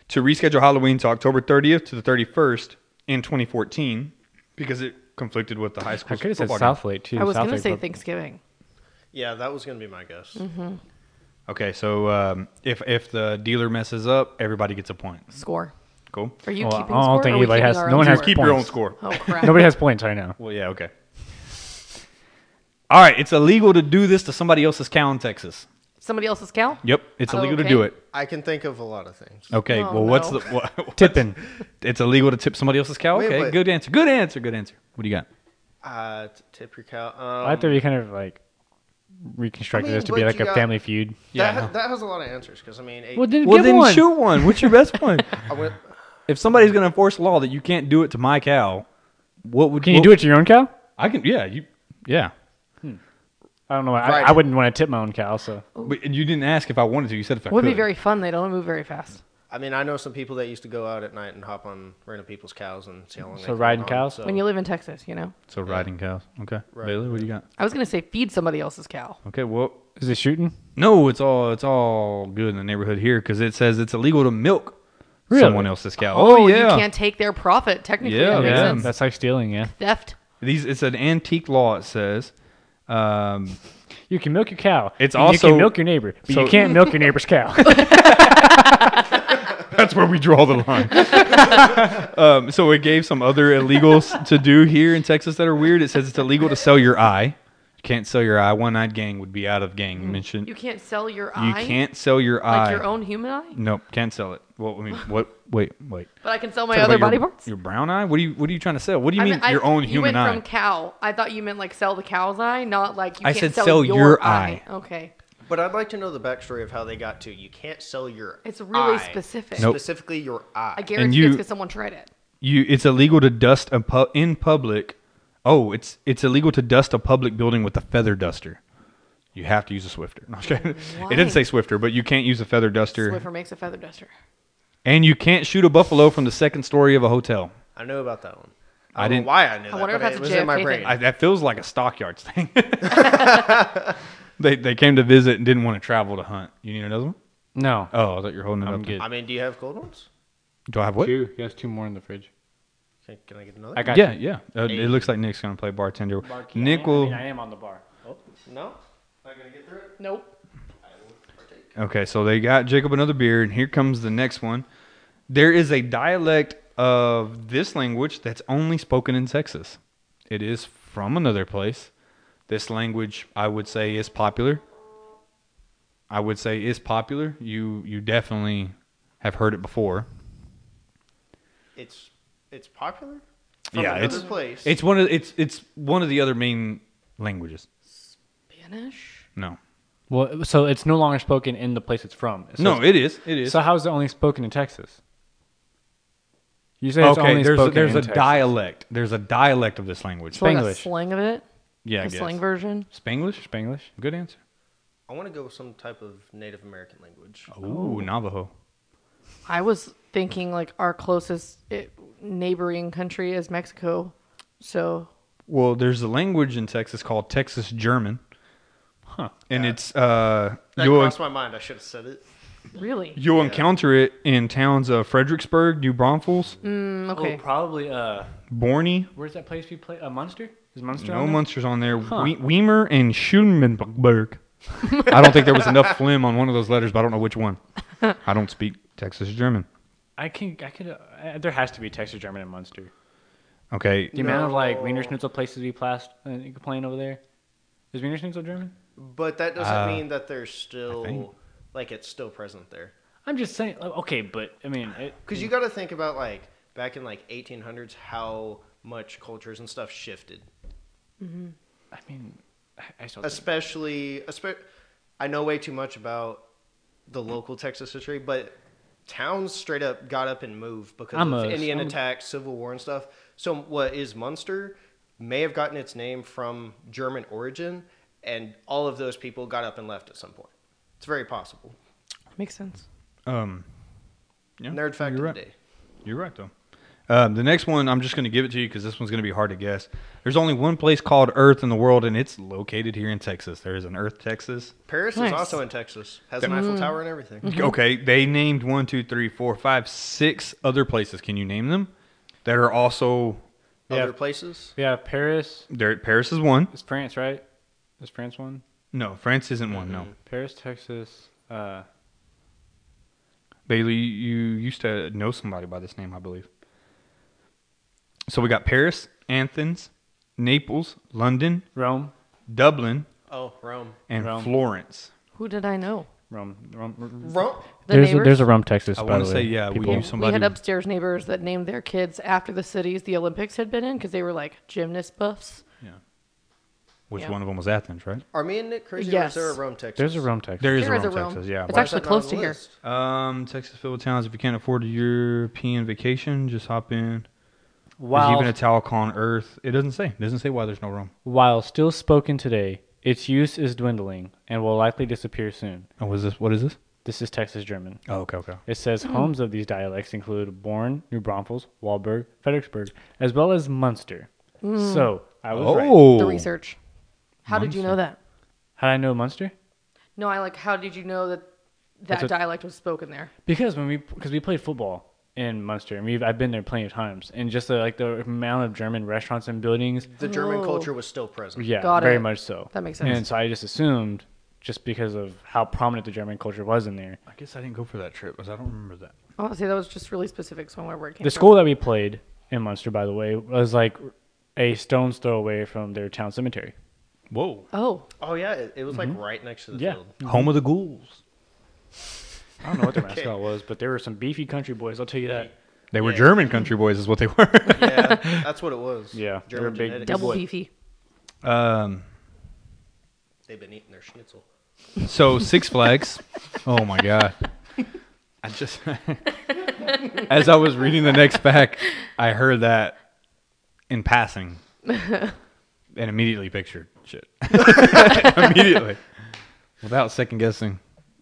S1: to reschedule Halloween to October 30th to the 31st in 2014 because it conflicted with the high
S2: I
S1: school
S2: could have said
S1: football game.
S2: Southlake too.
S4: I was
S2: Southlake
S4: gonna say
S2: vote-
S4: Thanksgiving.
S3: Yeah, that was going to be my guess.
S4: Mm-hmm.
S1: Okay, so um, if if the dealer messes up, everybody gets a point.
S4: Score.
S1: Cool.
S4: Are you
S2: Well,
S4: keeping
S2: I don't
S4: score?
S2: think
S4: Are we
S2: anybody
S4: keeping
S2: has-
S4: our
S2: no
S4: own
S2: one has
S4: score?
S1: Keep your
S2: points.
S1: own score.
S4: Oh crap!
S2: Nobody has points right now.
S1: Well, yeah, okay. All right, it's illegal to do this to somebody else's cow in Texas.
S4: Somebody else's cow.
S1: Yep, it's
S4: Oh,
S1: illegal to
S4: okay.
S1: do it.
S3: I can think of a lot of things.
S1: Okay,
S4: Oh,
S1: well, what's
S4: no.
S1: the what, what's-
S2: Tipping.
S1: It's illegal to tip somebody else's cow.
S3: Wait,
S1: okay,
S3: wait.
S1: good answer. Good answer. Good answer. What do you got?
S3: Uh, t- tip your cow.
S2: I
S3: Um,
S2: thought we kind of like reconstructed
S3: I mean,
S2: this to be
S3: but
S2: like
S3: you
S2: a
S3: got-
S2: family feud.
S1: Yeah, I
S3: that,
S1: know.
S3: that has a lot of answers because, I mean, eight,
S2: Well, then
S1: Well,
S2: give
S1: then
S2: one.
S1: shoot one. What's your best one?
S3: I went,
S1: if somebody's going to enforce law that you can't do it to my cow, what would
S2: Can you do it to your own cow?
S1: I can. Yeah, you. Yeah.
S2: I don't know. I,
S3: Right.
S2: I wouldn't want to tip my own cow. So
S1: But you didn't ask if I wanted to. You said if I
S4: Would
S1: could.
S4: Oh. be very fun. They don't move very fast.
S3: I mean, I know some people that used to go out at night and hop on random people's cows and see how long. they
S2: So
S3: can
S2: riding
S3: on,
S2: cows?
S3: so-
S4: When you live in Texas, you know.
S1: so riding cows. Okay.
S3: Right.
S1: Bailey, what do you got?
S4: I was gonna say feed somebody else's cow.
S1: Okay. Well,
S2: is it shooting?
S1: no, it's all it's all good in the neighborhood here because it says it's illegal to milk
S2: Really?
S1: someone else's cow. Oh, yeah.
S4: You can't take their profit. Technically,
S1: Yeah,
S4: that makes
S1: Oh, yeah.
S4: sense.
S2: that's like stealing. Yeah,
S4: Theft.
S1: These it's an antique law. It says. Um,
S2: you can milk your cow.
S1: It's
S2: and you
S1: also-
S2: can milk your neighbor, but
S1: so-
S2: you can't milk your neighbor's cow.
S1: That's where we draw the line. um, so it gave some other illegals to do here in Texas that are weird. It says it's illegal to sell your eye. You can't sell your eye. One eyed gang would be out of gang mention.
S4: You
S1: You,
S4: can't sell your eye.
S1: can't sell your eye.
S4: Like your own human eye,
S1: Nope, can't sell it. Well, I mean, what? Wait, wait.
S4: but I can sell my
S1: Talk
S4: other
S1: about
S4: body
S1: your,
S4: parts.
S1: Your brown eye? What are you? What are you trying to sell? What do you
S4: I
S1: mean,
S4: mean, I-
S1: your own
S4: you
S1: human
S4: went
S1: eye?
S4: from cow. I thought you meant like sell the cow's eye, not like you
S1: I
S4: can't
S1: said
S4: sell,
S1: sell
S4: your,
S1: your
S4: eye. Okay,
S3: But I'd like to know the backstory of how they got to. You can't sell your.
S4: it's really
S3: eye.
S4: specific.
S1: Nope.
S3: Specifically, your
S4: I
S3: eye.
S4: guarantee
S1: you-
S4: it's because someone tried it.
S1: you it's illegal to dust a pu- in public. Oh, it's it's illegal to dust a public building with a feather duster. You have to use a Swifter. No, I'm just kidding. it
S4: Why?
S1: didn't say Swifter, but you can't use a feather duster,
S4: Swiffer makes a feather duster.
S1: and you can't shoot a buffalo from the second story of a hotel.
S3: I know about that one.
S1: I
S3: don't know
S1: didn't.
S3: why I knew that.
S4: I
S3: but
S4: wonder if that's
S3: it
S4: a
S3: was in my
S4: JFK
S3: brain.
S4: thing.
S1: I, that feels like a stockyards thing. they they came to visit and didn't want to travel to hunt. You need another one?
S2: No.
S1: Oh, I thought you were holding it
S2: I'm
S1: up. to-
S2: good.
S3: I mean, do you have cold ones?
S1: Do I have what?
S2: Two. He has two more in the fridge.
S3: Can, can I get another?
S2: I got
S1: Yeah, yeah. Uh,
S3: Hey.
S1: it looks like Nick's gonna play bartender.
S2: Bar-
S1: Nick
S2: I am, I,
S1: will.
S2: mean, I am on the bar. Oh,
S3: no, not gonna get through it.
S4: Nope.
S1: Okay, so they got Jacob another beer, and here comes the next one. There is a dialect of this language that's only spoken in Texas. It is from another place. This language, I would say, is popular. I would say is popular. You you definitely have heard it before.
S3: It's it's popular. From
S1: Yeah,
S3: another
S1: it's-
S3: place.
S1: It's one of it's it's one of the other main languages.
S4: Spanish?
S1: No,
S2: well, so it's no longer spoken in the place it's from. So
S1: no, it is. It is.
S2: So how is it only spoken in Texas? You say it's
S1: okay,
S2: only
S1: there's a,
S2: spoken
S1: there's
S2: in
S1: a
S2: Texas.
S1: dialect. There's a dialect of this language.
S4: So like a
S2: Spanglish.
S4: slang of it?
S1: yeah, I
S4: the
S1: guess.
S4: slang version?
S1: Spanglish.
S2: Spanglish.
S1: Good answer.
S3: I want to go with some type of Native American language.
S1: Ooh, Navajo.
S4: I was thinking like our closest it, neighboring country is Mexico. So
S1: Well, there's a language in Texas called Texas German.
S2: Huh.
S1: And it's uh
S3: That
S1: you'll
S3: crossed my mind. I should have said it.
S4: really?
S1: you'll encounter it in towns of Fredericksburg, New Braunfels,
S4: Mm, okay.
S2: Oh, probably. Uh,
S1: Borny.
S2: where's that place we play? A uh, Munster? Is Munster?
S1: No
S2: on there?
S1: monsters on there.
S2: Huh.
S1: We- Weimer and Schulenberg. I don't think there was enough phlegm on one of those letters, but I don't know which one. I don't speak Texas German.
S2: I can. I could. Uh, uh, there has to be Texas German in Munster.
S1: Okay.
S2: The amount of like
S3: No.
S2: Wiener Schnitzel places we plast uh, complain over there. Is Wiener Schnitzel German?
S3: But that doesn't
S1: Uh,
S3: mean that there's
S1: I think-
S3: still like it's still present there.
S2: I'm just saying. like, Okay, but I mean, it,
S3: Because
S1: Hmm.
S3: you got to think about like back in like 1800s how much cultures and stuff shifted,
S2: I mean, I- I still. think-
S3: especially espe- I know way too much about the local Texas history, but towns straight up got up and moved because
S2: I'm
S3: of
S2: a-
S3: Indian
S2: I'm a-
S3: attacks, Civil War, and stuff. So what is Munster may have gotten its name from German origin, and all of those people got up and left at some point. It's very possible.
S4: Makes sense.
S1: Um, yeah,
S3: Nerd fact
S1: you're
S3: of
S1: right.
S3: the day.
S1: You're right, though. Um, the next one, I'm just going to give it to you because this one's going to be hard to guess. There's only one place called Earth in the world, and it's located here in Texas. There is an Earth, Texas.
S3: Paris
S4: Nice.
S3: is also in Texas. Has an Eiffel Tower and
S2: Mm-hmm.
S3: everything.
S1: Okay, they named one, two, three, four, five, six other places. Can you name them? That are also
S3: Other
S2: Yeah.
S3: places.
S2: yeah, Paris
S1: there. Paris is one.
S2: is France, right? Is France one?
S1: No, France isn't one. No,
S2: Paris, Texas. Uh,
S1: Bailey, you used to know somebody by this name, I believe. So we got Paris, Athens, Naples, London,
S2: Rome,
S1: Dublin,
S3: Oh, Rome.
S1: and
S2: Rome.
S1: Florence.
S4: Who did I know?
S2: Rome, Rome.
S3: Rome.
S4: The
S2: there's a,
S4: neighbors?
S2: there's a Rome, Texas.
S1: I
S2: by
S1: wanna
S2: the
S1: say,
S2: way,
S1: yeah, we
S2: people.
S1: knew
S4: We- We
S1: somebody-
S4: had upstairs neighbors that named their kids after the cities the Olympics had been in because they were like gymnast buffs.
S1: Which
S4: Yeah.
S1: one of them was Athens, right?
S3: Are me and Nick crazy? Or
S4: Yes.
S3: is there a Rome, Texas?
S2: There's a Rome, Texas.
S1: There is
S4: There
S1: a
S4: is
S1: Rome,
S4: a Rome.
S1: Texas. Yeah.
S4: It's
S1: Why-
S3: Why is that
S4: actually
S3: not
S4: close
S3: on
S4: to
S3: the
S4: here.
S3: list?
S1: um, Texas filled with towns. If you can't afford a European vacation, just hop in. There's
S2: Wow.
S1: even a talc on Earth. It doesn't say. It doesn't say why there's no Rome.
S2: While still spoken today, its use is dwindling and will likely disappear soon.
S1: Oh, was this? What is this?
S2: This is Texas German.
S1: Oh, okay, okay.
S2: It says
S4: Hmm.
S2: homes of these dialects include Bourne, New Braunfels, Walberg, Fredericksburg, as well as Munster.
S4: Hmm.
S2: So I was right.
S1: Oh,
S4: The research. How did you know that?
S2: How did I know Munster?
S4: No, I like. How did you know that that
S2: That's what-
S4: dialect was spoken there?
S2: Because when we because we played football in Munster and we've I've been there plenty of times and just the, like the amount of German restaurants and buildings.
S3: The German
S4: Oh.
S3: culture was still present.
S2: Yeah,
S4: Got
S2: very
S4: it.
S2: much so.
S4: That makes sense.
S2: And so I just assumed, just because of how prominent the German culture was in there,
S1: I guess I didn't go for that trip because I don't remember that.
S4: I want to say Oh, that was just really specific. So I wonder where it came
S2: The
S4: from.
S2: school that we played in Munster, by the way, was like a stone's throw away from their town cemetery.
S1: Whoa,
S4: Oh,
S3: Oh yeah, it, it was like right next to the
S2: Mm-hmm. Yeah.
S3: field.
S1: home of the ghouls.
S2: I don't know what their mascot was, but they were some beefy country boys. I'll tell you that.
S1: They were
S3: Yeah.
S1: German country boys, is what they were.
S3: Yeah, that's what it was.
S2: Yeah, they were
S3: German
S2: big-
S3: genetics.
S4: double
S2: What?
S4: beefy.
S1: um,
S3: They've been eating their schnitzel.
S1: so Six Flags. oh my god. I just as I was reading the next back, I heard that in passing, and immediately pictured shit. immediately, without second guessing.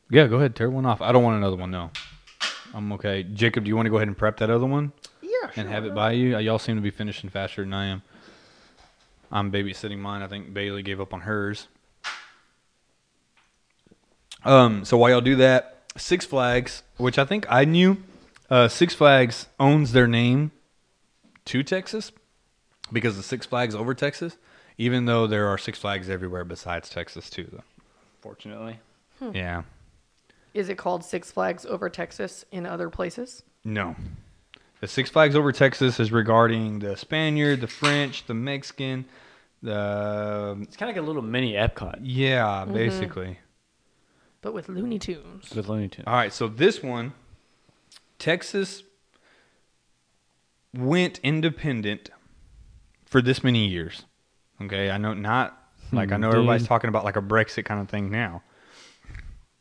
S1: Yeah, go ahead, tear one off. I don't want another one. No, I'm okay. Jacob, do you want to go ahead and prep that other one?
S3: Yeah, yeah, sure.
S1: and have it by you. Uh, Y'all seem to be finishing faster than I am. I'm babysitting mine. I think Bailey gave up on hers. Um, so while y'all do that, Six Flags, which I think I knew, uh, Six Flags owns their name to Texas because the Six Flags over Texas, even though there are Six Flags everywhere besides Texas too. Though,
S2: Fortunately,
S1: yeah,
S4: Is it called Six Flags over Texas in other places?
S1: No. The Six Flags over Texas is regarding the Spaniard, the French, the Mexican, the
S2: it's kind of like a little mini Epcot
S1: yeah, basically.
S4: But with Looney Tunes.
S2: with Looney Tunes.
S1: All right, so this one Texas went independent for this many years. Okay, I know not like I know everybody's
S2: Dude.
S1: talking about like a Brexit kind of thing now.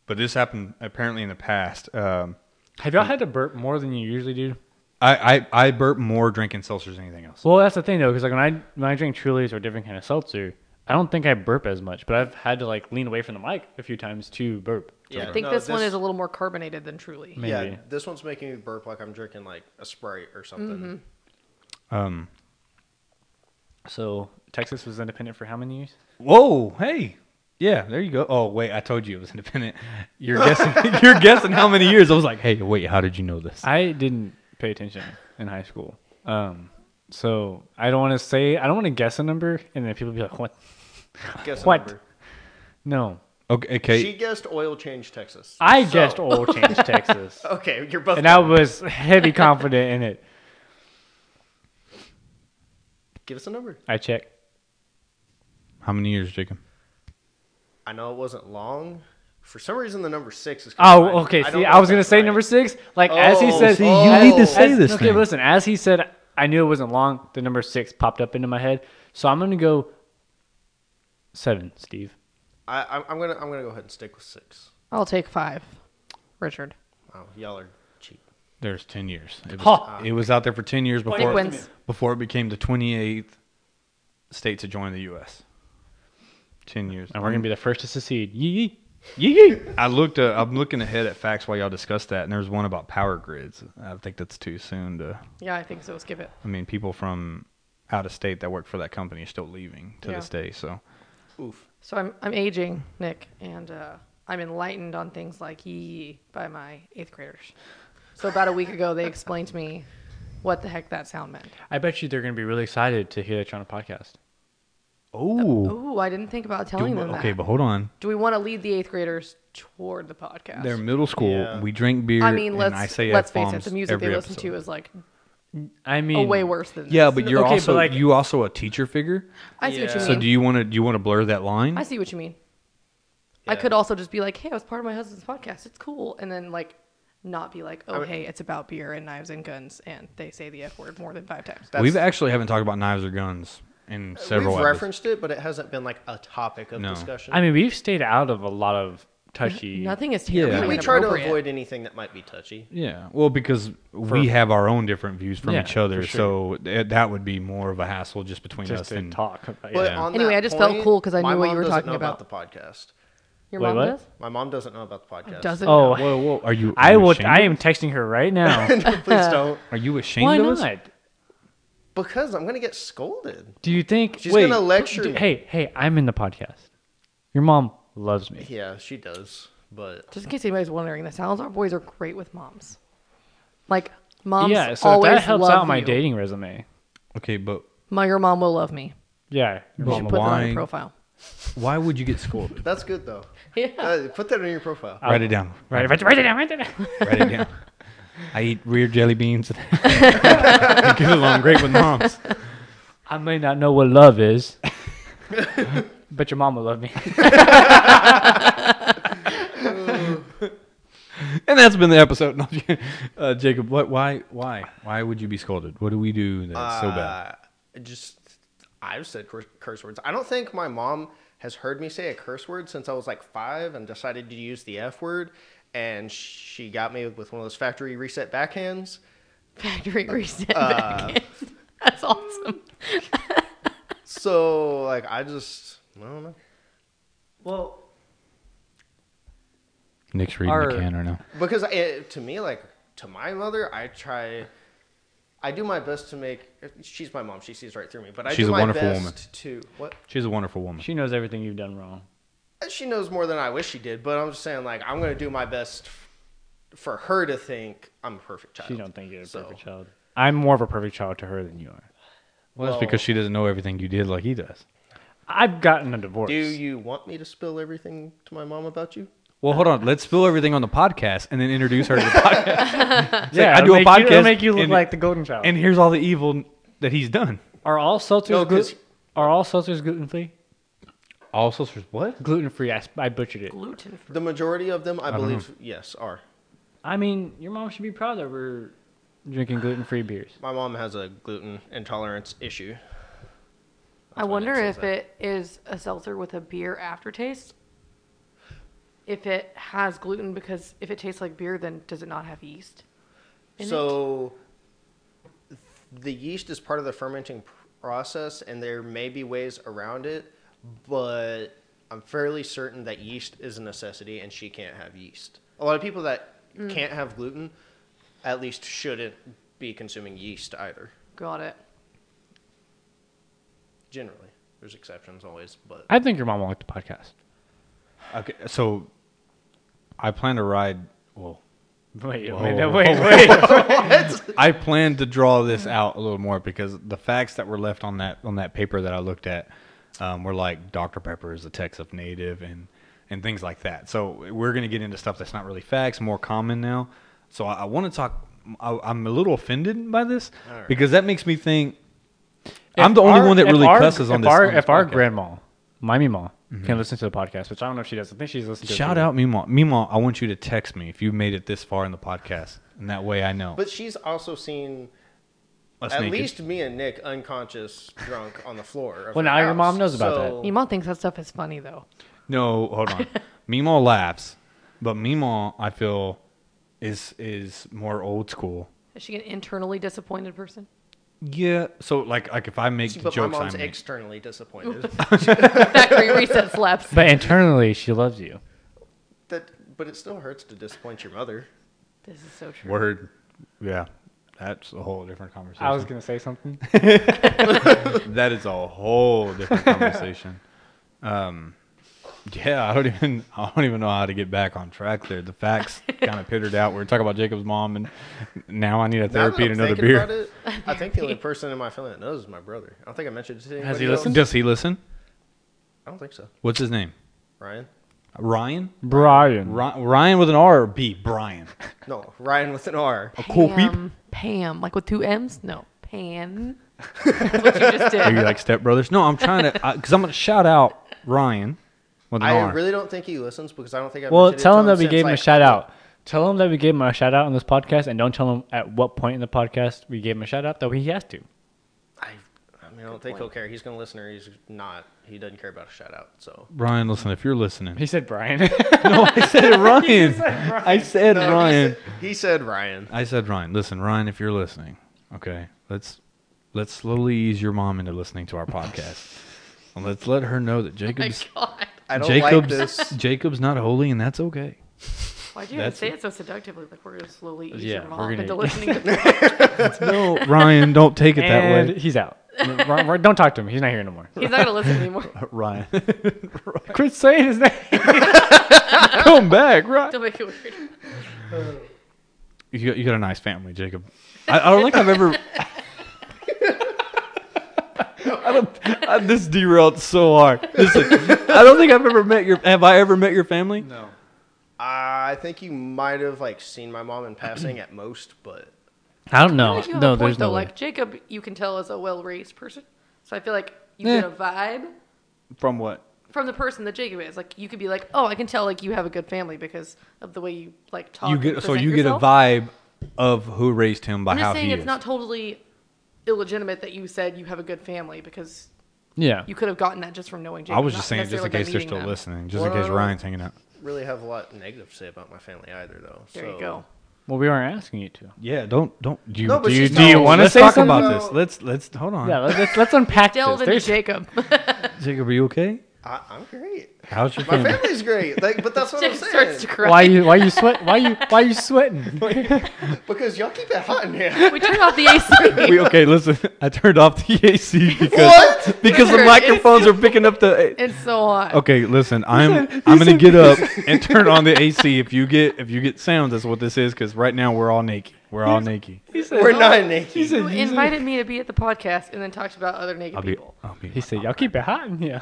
S1: But this happened apparently in the past. Um,
S2: Have y'all had to burp more than you usually do?
S1: I, I I burp more drinking seltzers than anything else.
S2: Well, that's the thing though, because like when I when I drink Trulies or different kind of seltzer, I don't think I burp as much, but I've had to like lean away from the mic a few times to burp.
S3: Yeah,
S4: I think
S3: no,
S4: this, one is a little more carbonated than Truly.
S2: Man.
S3: Yeah,
S2: maybe.
S3: this one's making me burp like I'm drinking like a Sprite or something.
S2: Mm-hmm.
S1: Um,
S2: So Texas was independent for how many years?
S1: Whoa, hey. Yeah, there you go. Oh, wait, I told you it was independent. You're guessing you're guessing how many years. I was like, "Hey, wait, how did you know this?"
S2: I didn't pay attention in high school. Um, so I don't want to say I don't want to guess a number, and then people be like, "What?
S3: Guess
S2: What?
S3: what? Number.
S2: No,
S1: Okay, okay.
S3: She guessed oil change Texas.
S2: I
S3: So-
S2: guessed oil change Texas,
S3: Okay, you're both.
S2: and I was heavy confident in it.
S3: Give us a number.
S2: I check.
S1: how many years, Jacob?
S3: I know it wasn't long. For some reason, the number six is. coming to
S2: Oh,
S3: mind.
S2: okay.
S3: don't
S2: See,
S3: know
S2: I was
S3: if
S2: gonna
S3: that's
S2: say
S3: right.
S2: number six. Like as he
S3: Oh,
S2: said,
S3: see, you
S2: as-
S3: need to
S1: say
S2: as-
S1: this
S2: Okay,
S1: thing.
S2: listen. As he said, I knew it wasn't long. The number six popped up into my head, so I'm gonna go seven, Steve.
S3: I, I'm- I'm gonna I'm gonna go ahead and stick with six.
S4: I'll take five, Richard.
S3: Wow, y'all are cheap.
S1: There's 10 years. It was,
S2: Ha!
S1: it was out there for 10 years
S2: Point
S1: before
S4: wins.
S1: before it became the 28th state to join the US. 10 years.
S2: And we're gonna be the first to secede. Yee. yee.
S1: Yee! I looked. Uh, I'm looking ahead at facts while y'all discuss that, and there's one about power grids. I think that's too soon to.
S4: Yeah, I think so. Skip it.
S1: I mean, people from out of state that work for that company are still leaving to
S4: Yeah.
S1: this day. So
S3: Oof.
S4: So I'm, I'm aging, Nick, and uh, I'm enlightened on things like yee yee by my eighth graders. So about a week ago, they explained to me what the heck that sound meant.
S2: I bet you they're gonna be really excited to hear that you're on a podcast.
S1: oh,
S4: Ooh, I didn't think about telling them
S1: okay,
S4: that.
S1: but hold on.
S4: Do we want to lead the eighth graders toward the podcast?
S1: They're middle school.
S3: Yeah.
S1: We drink beer.
S4: I mean,
S1: and
S4: let's
S1: I say
S4: let's face it.
S1: F-bombs
S4: The music they
S1: every
S4: listen
S1: episode.
S4: to is like
S3: Oh,
S2: I mean,
S4: a way worse than
S1: Yeah,
S4: this.
S1: but you're
S2: Okay, but
S1: also
S2: like-
S1: you also a teacher figure.
S4: I see what you
S3: Yeah.
S4: mean.
S1: So do you want to do you want to blur that line?
S4: I see what you mean. I
S3: Yeah.
S4: could also just be like, "Hey, I was part of my husband's podcast. It's cool," and then like not be like, "Oh,
S3: mean-
S4: hey, it's about beer and knives and guns," and they say the f word more than five times.
S3: That's,
S1: We've actually haven't talked about knives or guns in
S2: Uh,
S1: several.
S3: we've
S1: episodes.
S3: referenced it, but it hasn't been like a topic of
S1: No.
S3: discussion.
S2: I mean, we've stayed out of a lot of touchy.
S4: Nothing is
S1: Yeah.
S4: terribly
S3: we, we try to
S4: inappropriate.
S3: avoid anything that might be touchy.
S1: Yeah, well, because we have our own different views from
S2: Yeah,
S1: each other,
S2: for sure.
S1: so th- that would be more of a hassle just between us.
S2: just to
S1: and,
S2: talk. About,
S3: But
S2: yeah.
S3: on
S4: Anyway,
S3: that
S4: I just felt
S3: point,
S4: cool 'cause I
S3: my
S4: knew what
S3: mom
S4: you were
S3: doesn't
S4: talking
S3: know
S4: about.
S3: the podcast.
S4: Your
S2: Wait,
S4: mom
S2: what?
S4: does?
S3: My mom doesn't know about the podcast.
S4: Doesn't?
S2: oh,
S1: Whoa, whoa! Are you? Are
S2: I
S1: you
S2: will.
S1: Ashamed?
S2: I am texting her right now.
S3: Please don't.
S1: Are you ashamed
S2: Why
S1: of us?
S2: not?
S3: Because I'm gonna get scolded.
S2: Do you think
S3: She's gonna lecture
S2: d-
S3: me.
S2: Hey, hey, I'm in the podcast. Your mom loves me.
S3: Yeah, she does. But
S4: Just in case anybody's wondering, the Salazar boys are great with moms. Like moms
S2: yeah, so if
S4: always
S2: that helps
S4: love
S2: out my
S4: you.
S2: dating resume.
S1: Okay, but
S4: My your mom will love me.
S2: Yeah, your
S1: But
S4: You
S2: mom.
S4: put that on
S1: why-
S4: your profile.
S1: why would you get scolded?
S3: that's good though.
S4: Yeah.
S3: Uh, put that on your profile.
S1: write it down.
S2: Right, right, right it down, right it down.
S1: Write it down. I eat weird jelly beans. I get along great with moms.
S2: I may not know what love is, but your mom will love me.
S1: And that's been the episode. No, uh, Jacob, what? Why? Why? Why would you be scolded? What do we do that's so bad?
S3: Uh, just I've said cur- curse words. I don't think my mom has heard me say a curse word since I was like five and decided to use the F word. And she got me with one of those factory reset backhands.
S4: Factory
S3: Uh,
S4: reset back in. That's awesome.
S3: So like I just I don't know
S2: well,
S1: Nick's reading
S2: Our-
S1: the can right now.
S3: because it, to me like to my mother I try I do my best to make. She's my mom. She sees right through me. But I
S1: She's
S3: do
S1: a
S3: my
S1: wonderful
S3: best
S1: woman.
S3: to what
S1: She's a wonderful woman.
S2: She knows everything you've done wrong.
S3: she knows more than I wish she did. But I'm just saying, like, I'm gonna do my best f- for her to think I'm a perfect child.
S2: She don't think you're a
S3: So-
S2: perfect child. I'm more of a perfect child to her than you are.
S1: Well, that's
S3: Well-
S1: because she doesn't know everything you did like he does.
S2: I've gotten a divorce.
S3: Do you want me to spill everything to my mom about you?
S1: Well, hold on. Let's spill everything on the podcast and then introduce her to the podcast. I
S2: yeah, it'll
S1: do a
S2: make You, it'll
S1: podcast
S2: make you look
S1: and-
S2: like the golden child.
S1: and here's all the evil that he's done.
S2: are all seltzers
S3: No,
S2: glu-
S3: 'cause-
S2: are all seltzers gluten free?
S1: All sorts what?
S2: Gluten free. I, s- I butchered it.
S4: Gluten free.
S3: The majority of them, I, believe, yes, are.
S2: I mean, your mom should be proud that we're drinking gluten free beers.
S3: My mom has a gluten intolerance issue.
S4: I
S3: That's why
S4: wonder
S3: Nick says
S4: if it is a seltzer with a beer aftertaste. If it has gluten, because if it tastes like beer, then does it not have yeast? in it?
S3: so the yeast is part of the fermenting process, and there may be ways around it, but I'm fairly certain that yeast is a necessity, and she can't have yeast. A lot of people that
S2: Mm.
S3: can't have gluten, at least, shouldn't be consuming yeast either.
S4: got it.
S3: Generally, there's exceptions always, but
S2: I think your mom will like the podcast.
S1: Okay, so I plan to ride. Well,
S2: Wait,
S1: Whoa. Oh,
S2: wait, no, wait, wait.
S1: I plan to draw this out a little more because the facts that were left on that on that paper that I looked at um, were like Dr Pepper is the text of native and and things like that. So we're gonna get into stuff that's not really facts, more common now. So I, I want to talk. I, I'm a little offended by this
S3: Alright.
S1: because that makes me think. I'm the only
S2: our-
S1: one that
S2: if
S1: really
S2: our-
S1: cusses on
S2: if
S1: this.
S2: Our,
S1: on this
S2: if our
S1: podcast. Mm-hmm.
S2: grandma, Miami Ma, can listen to the podcast, which I don't know if she does. I think she's listening to it.
S1: shout
S2: too.
S1: out Meemaw. Meemaw, I want you to text me if you made it this far in the podcast, and that way I know.
S3: but she's also seen
S1: Us
S3: at
S1: naked.
S3: least me and Nick unconscious, drunk on the floor. of
S2: Well,
S3: her
S2: now your mom
S3: house.
S2: knows about
S3: So-
S4: Iman thinks that stuff is funny though.
S1: No, hold on. Meemaw laughs, but Meemaw, I feel, is is more old school.
S4: Is she an internally disappointed person?
S1: Yeah. So like like if I make the
S3: But my
S1: jokes, I
S3: mom's
S1: make.
S3: externally disappointed.
S4: Factory reset slaps.
S2: But internally, she loves you.
S3: that, but it still hurts to disappoint your mother.
S4: This is so true.
S1: word. Yeah, that's a whole different conversation.
S2: I was gonna say something.
S1: that is a whole different conversation. um, yeah, I don't even I don't even know how to get back on track there. The facts kind of pittered out. We were talking about Jacob's mom, and now I need a
S3: Now that
S1: therapy and
S3: I'm
S1: another
S3: thinking
S1: beer.
S3: about it, I think the only person in my family that knows is my brother. I don't think I mentioned it to anybody
S2: he
S3: else.
S2: listened?
S1: Does he listen?
S3: I don't think so.
S1: What's his name?
S3: Ryan?
S1: Ryan.
S2: Brian.
S1: Ri- Ryan with an R or B? Brian.
S3: No, Ryan with an R.
S1: A cool peep.
S4: Pam, Pam, like with two M's? No, Pan. That's what you just
S1: Are you
S4: did.
S1: like stepbrothers? No, I'm trying to because I'm gonna shout out Ryan with an
S3: I
S1: R.
S3: really don't think he listens because I don't think I.
S2: Well,
S3: mentioned it
S2: tell
S3: to
S2: him that we
S3: since,
S2: gave him a
S3: like,
S2: shout out. Tell him that we gave him a shout out on this podcast, and don't tell him at what point in the podcast we gave him a shout out. Though he has to.
S3: I, I mean, I don't think he'll care. He's gonna listen or he's not. He doesn't care about a shout out. So
S1: Ryan, listen, if you're listening,
S2: He said Brian.
S1: no, I said Ryan. I said Ryan.
S3: he said Ryan.
S1: I said Ryan. Listen, Ryan, if you're listening, okay, let's let's slowly ease your mom into listening to our podcast. And let's let her know that Jacob's
S4: God.
S3: I don't like
S1: Jacob's
S3: this.
S1: Jacob's not holy, and that's okay.
S4: Why'd you even
S1: That's-
S4: say it so seductively? Like we're gonna slowly ease
S2: Yeah,
S4: your
S2: we're
S4: mom
S2: gonna-
S4: into listening to this.
S1: No, Ryan, don't take it that
S2: and
S1: way.
S2: he's out. Ron- Ron- don't talk to him. He's not here no more.
S4: He's not gonna listen anymore.
S1: Ryan,
S2: Quit saying his name.
S1: come back, Ryan.
S4: Don't make it weird.
S1: You got, you got a nice family, Jacob. I, I don't think I've ever. I don't, I, this derailed so hard. Listen, I don't think I've ever met your. Have I ever met your family? No.
S3: I think you might have like seen my mom in passing at most, but
S2: I don't
S4: I
S2: know.
S4: feel like you have
S2: no,
S4: a point
S2: there's
S4: though.
S2: no way.
S4: Like Jacob, you can tell is a well-raised person. So I feel like you
S1: Yeah.
S4: get a vibe
S1: From what?
S4: from the person that Jacob is. Like you could be like, oh, I can tell like you have a good family because of the way you like talk.
S1: You
S4: and
S1: get so
S4: present
S1: you
S4: yourself.
S1: get a vibe of who raised him by
S4: I'm
S1: how
S4: just saying
S1: he
S4: it's
S1: is.
S4: not totally illegitimate that you said you have a good family because
S2: yeah.
S4: you could have gotten that just from knowing Jacob.
S1: I was
S4: not
S1: just saying, just
S4: necessarily
S1: in
S4: by
S1: case they're
S4: meeting
S1: still
S4: them.
S1: listening, just
S3: Well,
S1: in case Ryan's hanging out.
S3: really have a lot negative to say about my family either, though.
S4: There
S3: so.
S4: you go.
S2: Well, we weren't asking you to.
S1: Yeah, don't don't do you
S3: No, but
S1: do you,
S3: she's
S1: do you
S3: not-
S1: want to
S2: Let's
S1: say
S2: talk
S1: talking about
S3: about
S1: this? Let's
S3: this.
S1: let's hold on.
S2: Yeah. Let's let's, let's unpack
S4: Delve
S2: this.
S4: into
S2: There's-
S4: Jacob.
S1: Jacob, are you okay?
S3: I, I'm great.
S5: How's your
S3: My
S5: family?
S3: family's great. Like, but that's what I'm
S4: Jack starts to
S3: saying.
S2: Why
S4: cry.
S2: you why you sweat why you why you sweating?
S3: Because y'all keep it hot in here.
S4: We turned off the AC.
S1: We, okay, listen. I turned off the AC because
S3: What?
S1: because the
S4: Richard,
S1: microphones are picking up the.
S4: it's so hot.
S1: Okay, listen. I'm I'm gonna get up and turn on the AC. If you get if you get sounds, that's what this is. Because right now we're all naked. We're all naked.
S2: He said,
S3: We're not naked.
S4: You invited me to be at the podcast and then talked about other naked
S1: I'll be.
S4: people.
S1: I'll be.
S2: He said, "Y'all keep it hot in here."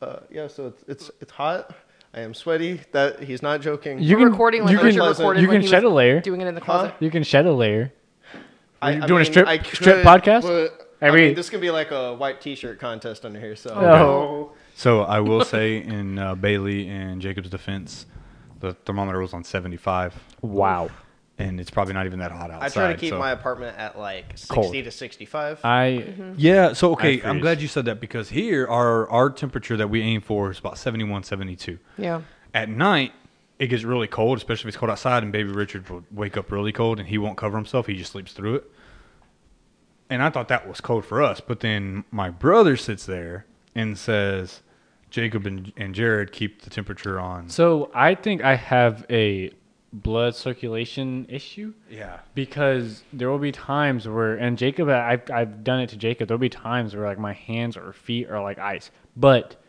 S3: Uh, yeah, so it's, it's it's hot. I am sweaty. That he's not joking.
S2: You
S4: We're recording like
S2: you can,
S4: Richard recorded
S2: you
S4: when
S2: can
S4: he
S2: shed a
S4: was
S2: layer.
S4: doing it in the
S3: Huh?
S4: closet.
S2: You can shed a layer.
S3: I,
S2: you doing a strip- strip podcast?
S3: but,
S2: I
S3: I mean,
S2: mean-
S3: this could be like a white T-shirt contest under here. So
S4: Oh.
S2: No.
S1: So I will say, in uh, Bailey and Jacob's defense, the thermometer was on 75,
S2: Wow.
S1: and it's probably not even that hot outside.
S3: I try to keep
S1: so-
S3: my apartment at like sixty
S1: Cold.
S3: to sixty-five.
S2: I
S4: Mm-hmm.
S1: Yeah, so okay, I'm
S5: freeze.
S1: glad you said that because here our our temperature that we aim for is about 71, 72.
S4: Yeah.
S1: At night, it gets really cold, especially if it's cold outside, and baby Richard will wake up really cold and he won't cover himself. He just sleeps through it. And I thought that was cold for us, but then my brother sits there and says, Jacob and, and Jared keep the temperature on.
S2: so I think I have a blood circulation issue.
S1: Yeah.
S2: because there will be times where and jacob I've, I've done it to jacob there'll be times where like my hands or feet are like ice but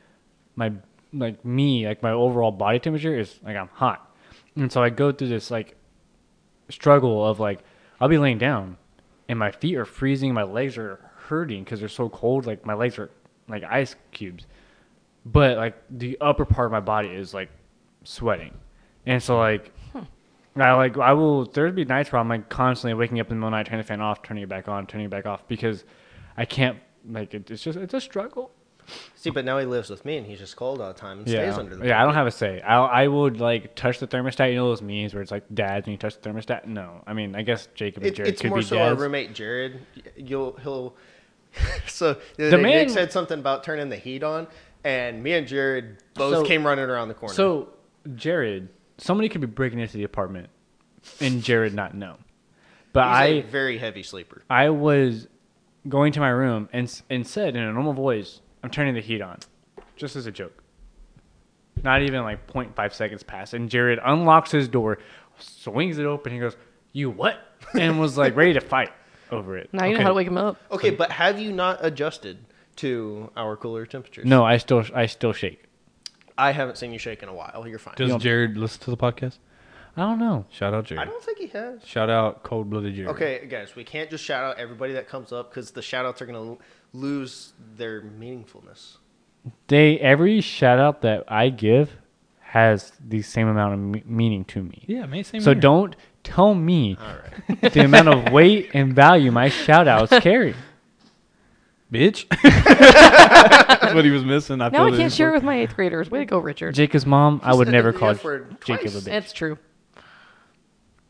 S2: my like me like my overall body temperature is like i'm hot and so i go through this like struggle of like i'll be laying down and my feet are freezing my legs are hurting because they're so cold like my legs are like ice cubes but like the upper part of my body is like sweating and so like I like I will there'd be nights where I'm like constantly waking up in the middle of the night, turning the fan off, turning it back on, turning it back off because I can't like it, it's just it's a struggle.
S3: See, but now he lives with me and he's just cold all the time and stays under the.
S2: yeah. I don't have a say. I I would like touch the thermostat. You know those memes where it's like dads and you touch the thermostat. No, I mean I guess Jacob and
S3: It,
S2: Jared
S3: it's
S2: could
S3: more
S2: be
S3: so our
S2: dads.
S3: roommate Jared. You'll he'll. so the,
S2: The
S3: other day,
S2: man-
S3: Nick said something about turning the heat on, and me and Jared both
S2: So-
S3: came running around the corner.
S2: So Jared, somebody could be breaking into the apartment, and Jared not know. But
S3: he's
S2: I
S3: a very heavy sleeper.
S2: I was going to my room and s- and said in a normal voice, "I'm turning the heat on," just as a joke. Not even like 0.5 seconds passed, and Jared unlocks his door, swings it open, he goes, "You what?" and was like ready to fight over it.
S4: Now you know how to wake him up.
S3: Okay, but have you not adjusted to our cooler temperatures?
S2: No, I still I still shake.
S3: I haven't seen you shake in a while. You're fine.
S1: Does Jared listen to the podcast?
S2: I don't know.
S1: Shout out
S3: I
S1: Jared.
S3: don't think he has.
S1: Shout out cold blooded Jared.
S3: Okay, guys, we can't just shout out everybody that comes up because the shout outs are going to lose their meaningfulness.
S2: They every shout out that I give has the same amount of me- meaning to me.
S1: Yeah, man, same
S2: So
S1: here.
S2: don't tell me
S3: All right.
S2: the amount of weight and value my shout outs carry.
S1: bitch. That's what he was missing. I
S4: Now
S1: feel
S4: I
S1: it
S4: can't
S1: is.
S4: share it with my eighth graders. Way to go, Richard.
S2: Jacob's mom, I would
S3: said
S2: never
S3: the
S2: call
S3: F word
S2: Jacob a
S3: twice.
S2: bitch.
S4: It's true.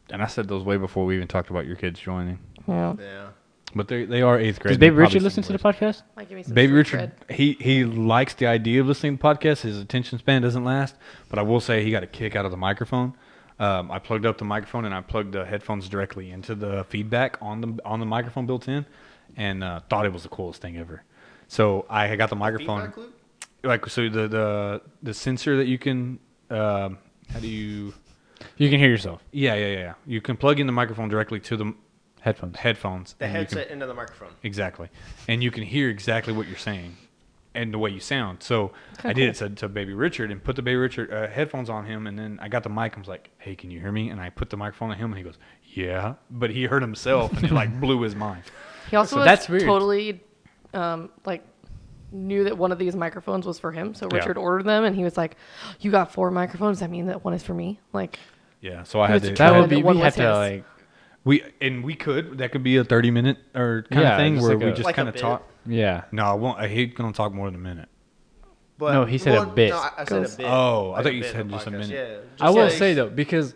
S1: And I said those way before we even talked about your kids joining.
S4: Yeah.
S3: Yeah.
S1: But they they are eighth grade.
S2: Does Baby Richard listen to the podcast?
S4: Like, give me some
S1: Baby
S4: sweet
S1: Richard,
S4: bread.
S1: he he likes the idea of listening to podcasts. His attention span doesn't last, but I will say he got a kick out of the microphone. Um, I plugged up the microphone and I plugged the headphones directly into the feedback on the on the microphone built in, and uh, thought it was the coolest thing ever. So I got the microphone.
S3: Feedback loop?
S1: like so the the the sensor that you can um, how do you
S2: You can hear yourself.
S1: yeah yeah yeah yeah. you can plug in the microphone directly to the m-
S2: Headphones.
S1: headphones
S3: The
S1: and you can-
S3: headset into the microphone.
S1: exactly and you can hear exactly what you're saying and the way you sound so I did it to, to baby Richard and put the baby Richard uh, headphones on him and then I got the mic I was like hey can you hear me and I put the microphone on him and he goes yeah but he heard himself and it like blew his mind
S4: He also
S2: So
S4: was
S2: that's weird.
S4: totally um, like knew that one of these microphones was for him. So
S1: Yeah.
S4: Richard ordered them and he was like, You got four microphones, that mean that one is for me? Like
S1: yeah so I had
S4: was
S1: to
S2: That
S4: Yeah,
S2: would be,
S4: the one
S2: we had
S4: was
S2: to
S4: his.
S2: like,
S1: we and we could that could be a 30 minute or kind
S2: Yeah,
S1: of thing
S2: just
S1: where
S2: like
S1: we
S2: a-
S1: just
S3: Like a
S1: kind of
S3: bit.
S1: talk
S2: yeah.
S1: No, I won't. I hate gonna talk more than a minute.
S3: But,
S2: No, he said a bit.
S3: No, I, I said a
S4: Goes-
S3: bit.
S1: Oh, I
S3: Like
S1: thought
S3: a
S1: you
S3: bit
S1: said
S3: in the
S1: just a
S3: podcast.
S1: minute.
S3: Yeah, just
S2: I will
S3: like-
S2: say though, because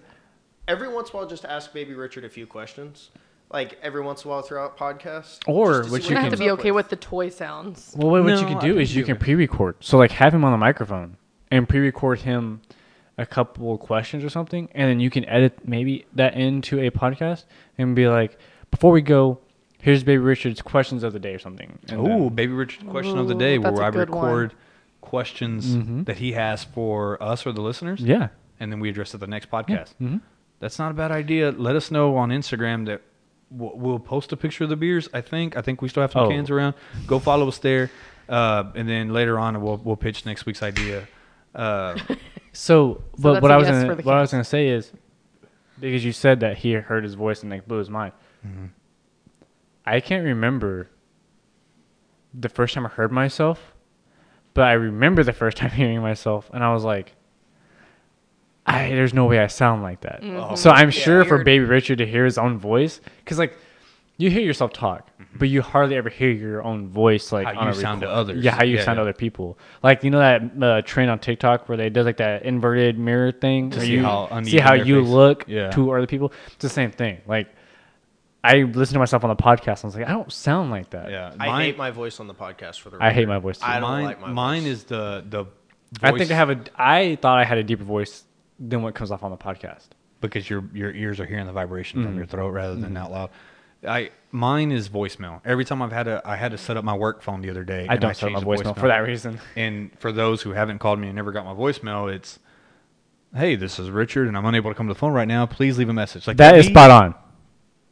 S3: every once in a while, just ask Baby Richard a few questions. Like every once in a while throughout podcasts.
S2: Or
S3: just to
S2: what
S3: see
S2: you
S4: I
S3: he
S4: have to
S3: comes
S4: be
S3: up
S4: okay with the toy sounds.
S2: well, what, what
S1: No,
S2: you can
S1: I
S2: do
S1: can
S2: is you
S1: do
S2: can
S1: it.
S2: pre-record. So like have him on the microphone and pre-record him a couple of questions or something, and then you can edit maybe that into a podcast and be like, before we go, here's Baby Richard's questions of the day or something. and then-
S1: Oh, Baby Richard question of the
S4: Ooh,
S1: day, where
S4: that's a
S1: I
S4: good one.
S1: record questions that he has for us or the listeners,
S2: Mm-hmm. yeah.
S1: and then we address it the next podcast.
S2: Mm-hmm.
S1: That's not a bad idea. Let us know on Instagram that we'll, we'll post a picture of the beers. I think I think we still have some
S2: Oh.
S1: cans around. Go follow us there, uh, and then later on we'll we'll pitch next week's idea. Uh,
S2: So, but
S4: that's
S2: what
S4: a
S2: I was
S4: yes
S2: gonna,
S4: for the
S2: what I was
S4: cast.
S2: gonna say is, because you said that he heard his voice and like blew his mind. I can't remember the first time I heard myself, but I remember the first time hearing myself, and I was like, I, "There's no way I sound like that." So I'm sure for
S4: Mm-hmm. Weird.
S2: Baby Richard to hear his own voice, because like you hear yourself talk, but you hardly ever hear your own voice like
S1: How
S2: on
S1: you
S2: a
S1: sound to
S2: record-
S1: others.
S2: Yeah, how you
S1: Yeah,
S2: sound
S1: yeah.
S2: to other people. Like you know that uh, trend on TikTok where they does like that inverted mirror thing
S1: To
S2: where
S1: see
S2: you
S1: how
S2: see
S1: uneven
S2: how
S1: their
S2: you
S1: face-
S2: look
S1: Yeah.
S2: to other people. It's the same thing. Like I listened to myself on the podcast. and I was like, I don't sound like that.
S1: yeah,
S3: I
S1: mine-
S3: hate my voice on the podcast for the
S2: I
S3: record.
S2: hate my voice. Too.
S3: I
S2: I,
S3: don't
S1: mine,
S3: like my
S1: mine
S3: voice.
S1: is the the. Voice
S2: think I have a. I thought I had a deeper voice than what comes off on the podcast.
S1: because your your ears are hearing the vibration from
S2: Mm-hmm.
S1: your throat rather than out loud. I mine is voicemail. Every time I've had a I had to set up my work phone the other day.
S2: I
S1: and
S2: don't set my
S1: changed the
S2: voicemail for that reason.
S1: And for those who haven't called me and never got my voicemail, it's hey, this is Richard, and I'm unable to come to the phone right now. Please leave a message. Like
S2: That
S1: to
S2: is
S1: me-
S2: spot on.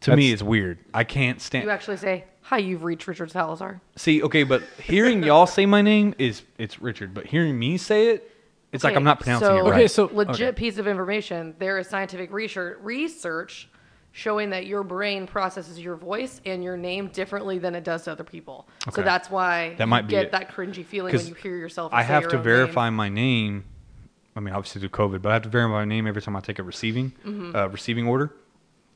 S1: To me,
S2: that's-
S1: it's weard. I can't
S4: You
S1: stand.
S4: actually say, "Hi, you've reached Richard Salazar."
S1: See, okay, but hearing y'all say my name is it's Richard, but hearing me say it, it's like
S4: Okay,
S1: I'm not pronouncing
S4: so,
S1: it right.
S2: Okay, so-
S4: legit
S1: okay.
S4: piece of information. There is scientific research research showing that your brain processes your voice and your name differently than it does to other people.
S1: Okay.
S4: So that's why
S1: That
S4: you
S1: might be
S4: get
S1: it.
S4: that cringy feeling
S1: 'Cause
S4: when you hear yourself.
S1: I
S4: say
S1: have
S4: your
S1: to
S4: own
S1: verify
S4: Name.
S1: my name. I mean, obviously through COVID, but I have to verify my name every time I take a receiving
S4: Mm-hmm.
S1: uh, receiving order.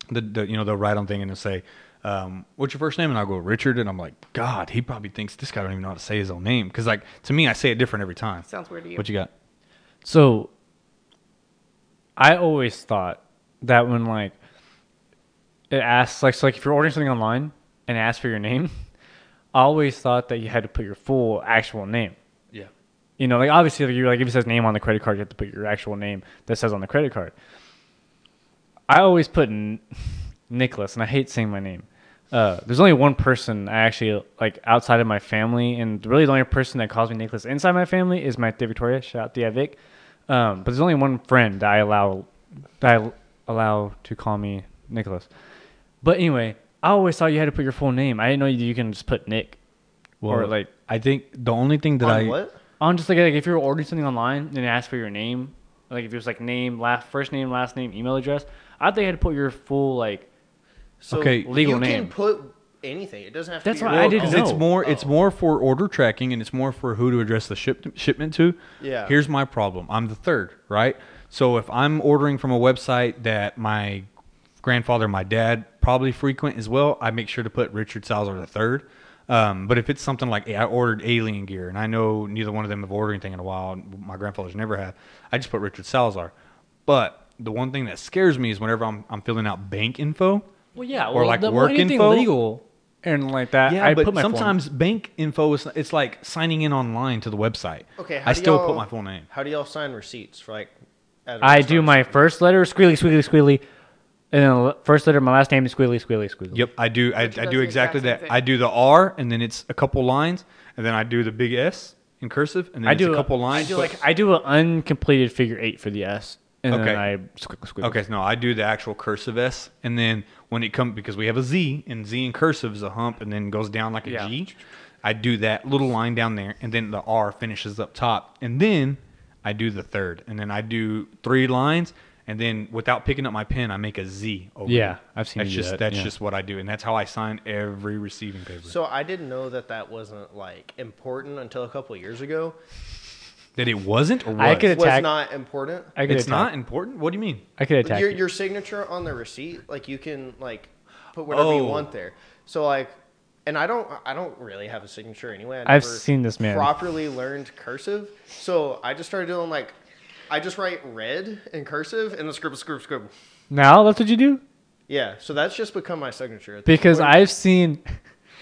S1: The, the you know they'll write on thing and they'll say, um, "What's your first name?" and I'll go Richard, and I'm like, God, he probably thinks this guy don't even know how to say his own name because like to me I say it different every time.
S4: Sounds weird to you.
S1: What you got?
S2: So I always thought that when like it asks like so like if you're ordering something online and asks for your name, I always thought that you had to put your full actual name.
S1: Yeah.
S2: You know, like obviously like you like if it says name on the credit card, you have to put your actual name that says on the credit card. I always put N- Nicholas, and I hate saying my name. Uh, there's only one person I actually like outside of my family, and really the only person that calls me Nicholas inside my family is my Tia Victoria. Shout out Tia Vic. Um, but there's only one friend that I allow that I allow to call me Nicholas. But anyway, I always thought you had to put your full name. I didn't know you can just put Nick or like
S1: I think the only thing that
S3: On
S1: I
S3: what?
S2: on just like, like if you're ordering something online and it asks for your name, like if it was like name, last first name, last name, email address, I think you had to put your full like
S3: So
S1: Okay.
S2: Legal
S3: you
S2: name.
S3: can put anything. It doesn't have to
S2: That's
S3: be Oh.
S2: what
S3: your
S2: I
S3: own.
S2: didn't
S1: Because
S2: know.
S1: It's more it's more for order tracking and it's more for who to address the ship, shipment to.
S3: Yeah.
S1: Here's my problem. I'm the third, right? So if I'm ordering from a website that my grandfather, and my dad probably frequent as well, I make sure to put Richard Salzer the third. Um, but if it's something like hey, I ordered alien gear and I know neither one of them have ordered anything in a while, and my grandfather's never have, I just put Richard Salzar. But the one thing that scares me is whenever I'm, I'm filling out bank info.
S2: well yeah
S1: Or, well, like, the- work anything info?
S2: legal and like that.
S1: Yeah,
S2: I
S1: but
S2: put my full name.
S1: sometimes bank info is it's like signing in online to the website.
S3: Okay, how
S1: I
S3: do
S1: still
S3: y'all-
S1: put my full name.
S3: How do y'all sign receipts for like? at a
S2: I do
S3: restaurant?
S2: my first letter squealy squealy squealy, and then the l- first letter of my last name is squealy squealy squealy.
S1: Yep, I do. I, I
S4: Which does
S1: do
S4: the
S1: exactly
S4: exact
S1: that.
S4: same thing.
S1: I do the R, and then it's a couple lines, and then I do the big S in cursive, and then
S2: I
S1: it's
S2: do
S1: a couple lines.
S2: I do
S1: but-
S2: like I do an uncompleted figure eight for the S, and
S1: Okay.
S2: then I squiggle squiggle.
S1: Okay, so no, I do the actual cursive S, and then when it comes because we have a Z, and Z in cursive is a hump, and then goes down like a G. I
S2: Yeah.
S1: do that little line down there, and then the R finishes up top, and then I do the third, and then I do three lines, and then without picking up my pen, I make a Z. Over
S2: Yeah,
S1: it.
S2: I've seen
S1: that's
S2: you do
S1: just
S2: that,
S1: that's
S2: yeah.
S1: just what I do, and that's how I sign every receiving paper.
S3: So I didn't know that that wasn't like important until a couple of years ago.
S1: that it wasn't or was.
S2: I could-
S3: It was
S2: Attack-
S3: not important.
S2: I could
S1: it's
S2: attack.
S1: not important. What do you mean?
S2: I could attack.
S3: Your
S2: you.
S3: your signature on the receipt, like you can like put whatever you
S1: Oh.
S3: want there. So like, and I don't I don't really have a signature anyway. I
S2: I've
S3: never
S2: seen this man.
S3: properly learned cursive, so I just started doing like. I just write red in cursive and the scribble, scribble, scribble.
S2: Now that's what you do
S3: Yeah, so that's just become my signature. at this
S2: because
S3: point.
S2: I've seen.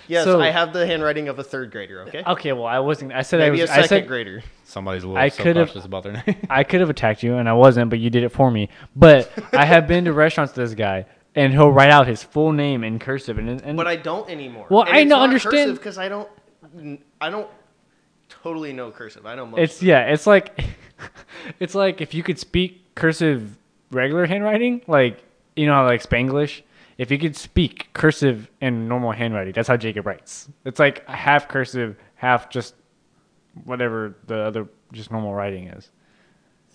S3: yes,
S2: so-
S3: I have the handwriting of a third grader. Okay,
S2: Okay, well, I wasn't. I said
S3: maybe
S2: I
S3: a
S2: was.
S3: second
S2: I said
S3: grader.
S1: Somebody's a little
S2: I could have-
S1: self-conscious about their name.
S2: I could have attacked you, and I wasn't, but you did it for me. But I have been to restaurants. with This guy, and he'll write out his full name in cursive and, and
S3: but I don't anymore.
S2: Well, I
S3: it's
S2: don't
S3: not
S2: understand-
S3: cursive because I don't, I don't totally know cursive. I know most.
S2: it's yeah, it's like it's like if you could speak cursive regular handwriting, like you know how like Spanglish, if you could speak cursive and normal handwriting, that's how Jacob writes. It's like half cursive, half just whatever the other just normal writing is.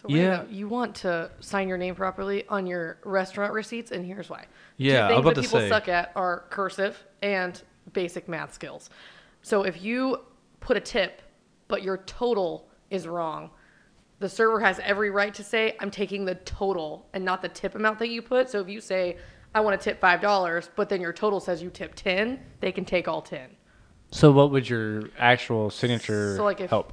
S4: So wait a
S1: Yeah.
S4: minute, you want to sign your name properly on your restaurant receipts, and here's why.
S1: Yeah, I'm
S4: Two things
S1: about
S4: that
S1: to
S4: people
S1: say.
S4: suck at are cursive and basic math skills. So if you put a tip, but your total is wrong, the server has every right to say, "I'm taking the total and not the tip amount that you put." So if you say, "I want to tip five dollars," but then your total says you tip ten, they can take all ten.
S2: So what would your actual signature
S4: So, like, if-
S2: help?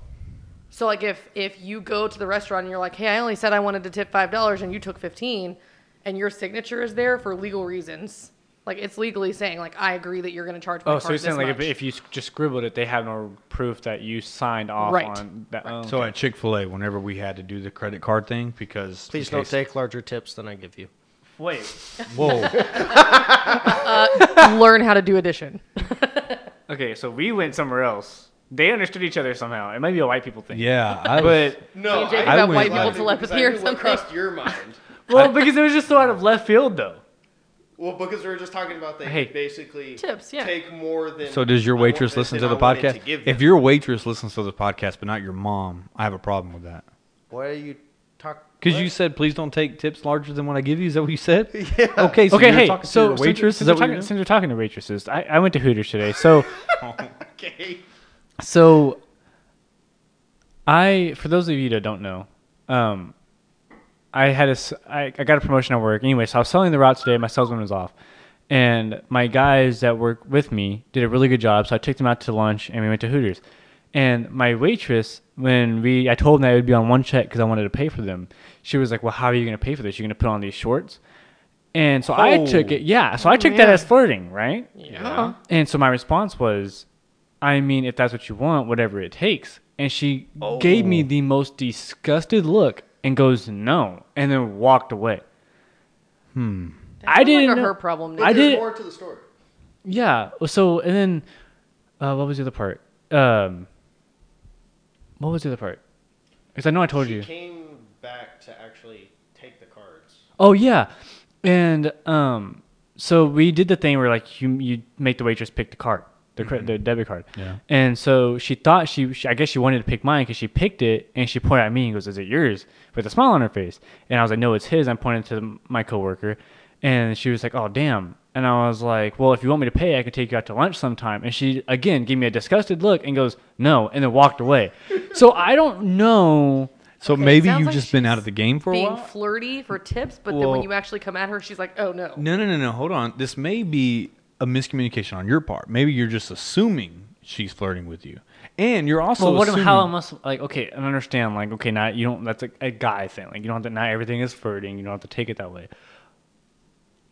S4: So like if if you go to the restaurant and you're like, "Hey, I only said I wanted to tip $5 and you took 15 and your signature is there for legal reasons. Like it's legally saying like I agree that you're going to charge my
S2: Oh, so
S4: card
S2: you're saying
S4: this
S2: like if,
S4: much.
S2: if you s- just scribbled it, they have no proof that you signed off
S4: Right.
S2: on that. oh.
S1: So at Chick Fil A, whenever we had to do the credit card thing, because
S3: Please
S1: in
S3: don't
S1: case-
S3: take larger tips than I give you.
S2: wait.
S1: Whoa,
S4: learn how to do addition.
S2: Okay, so we went somewhere else. They understood each other somehow. It might be a white people thing.
S1: yeah, I was,
S2: But
S3: No,
S4: and Jacob
S1: I
S4: have
S1: went
S4: white
S1: like-
S4: people telepathy or something.
S3: crossed your mind?
S2: well, because it was just so out of left field though.
S3: Well, because we were just talking about they
S2: Hey.
S3: basically
S4: Tips, yeah.
S3: take more than.
S1: so does your
S3: I want-
S1: waitress listen to
S3: than
S1: the
S3: I wanted
S1: podcast?
S3: to give
S1: if
S3: them.
S1: your waitress listens to the podcast, but not your mom, I have a problem with that.
S3: why are you talking?
S1: Because you said, please don't take tips larger than what I give you. Is that what you said? Yeah. Okay. So
S2: Okay,
S1: you're
S2: hey,
S1: talking to
S2: so
S1: your waitress.
S2: Since,
S1: Is that
S2: we're
S1: what
S2: talking,
S1: you're doing?
S2: since we're talking to waitresses, I, I went to Hooters today. So
S3: okay.
S2: so I for those of you that don't know, um, I had a s- I, I got a promotion at work anyway. So I was selling the route today. My salesman was off, and my guys that work with me did a really good job. So I took them out to lunch and we went to Hooters. And my waitress, when we I told them that it would be on one check because I wanted to pay for them, she was like, "Well, how are you going to pay for this? You're going to put on these shorts." And so I took it, yeah. So I took that
S4: Yeah.
S2: as flirting, right?
S4: Yeah.
S2: And so my response was, I mean, if that's what you want, whatever it takes. And she gave me the most disgusted look and goes, no, and then walked away. I didn't
S4: like a
S2: know-
S4: her problem.
S2: I
S4: Nick.
S2: did-
S3: more to the story.
S2: Yeah. So, and then uh, what was the other part? Um, what was the other part? Because I know I told
S3: She
S2: you.
S3: came back to actually take the cards.
S2: Oh yeah, and um, so we did the thing where like you you make the waitress pick the card, the cre- the debit card.
S1: Yeah.
S2: And so she thought she, she I guess she wanted to pick mine because she picked it and she pointed at me and goes, "Is it yours?" with a smile on her face. And I was like, "No, it's his." I'm pointing to my coworker, and she was like, "Oh damn." And I was like, "Well, if you want me to pay, I could take you out to lunch sometime." And she again gave me a disgusted look and goes, "No," and then walked away. so I don't know.
S1: So
S4: Okay, it
S1: maybe
S4: sounds
S1: you've
S4: like
S1: just been
S4: she's
S1: out of the game for a
S4: Being
S1: while.
S4: flirty for tips, but then when
S1: Well-
S4: you actually come at her, she's like, "Oh no."
S1: No, no, no, no. Hold on. This may be a miscommunication on your part. Maybe you're just assuming she's flirting with you, and you're also
S2: Well, what am,
S1: assuming,
S2: how am I sup- like? Okay, I don't understand. Like, okay, not you don't. That's a, a guy thing. Like, you don't have to. Not everything is flirting. You don't have to take it that way.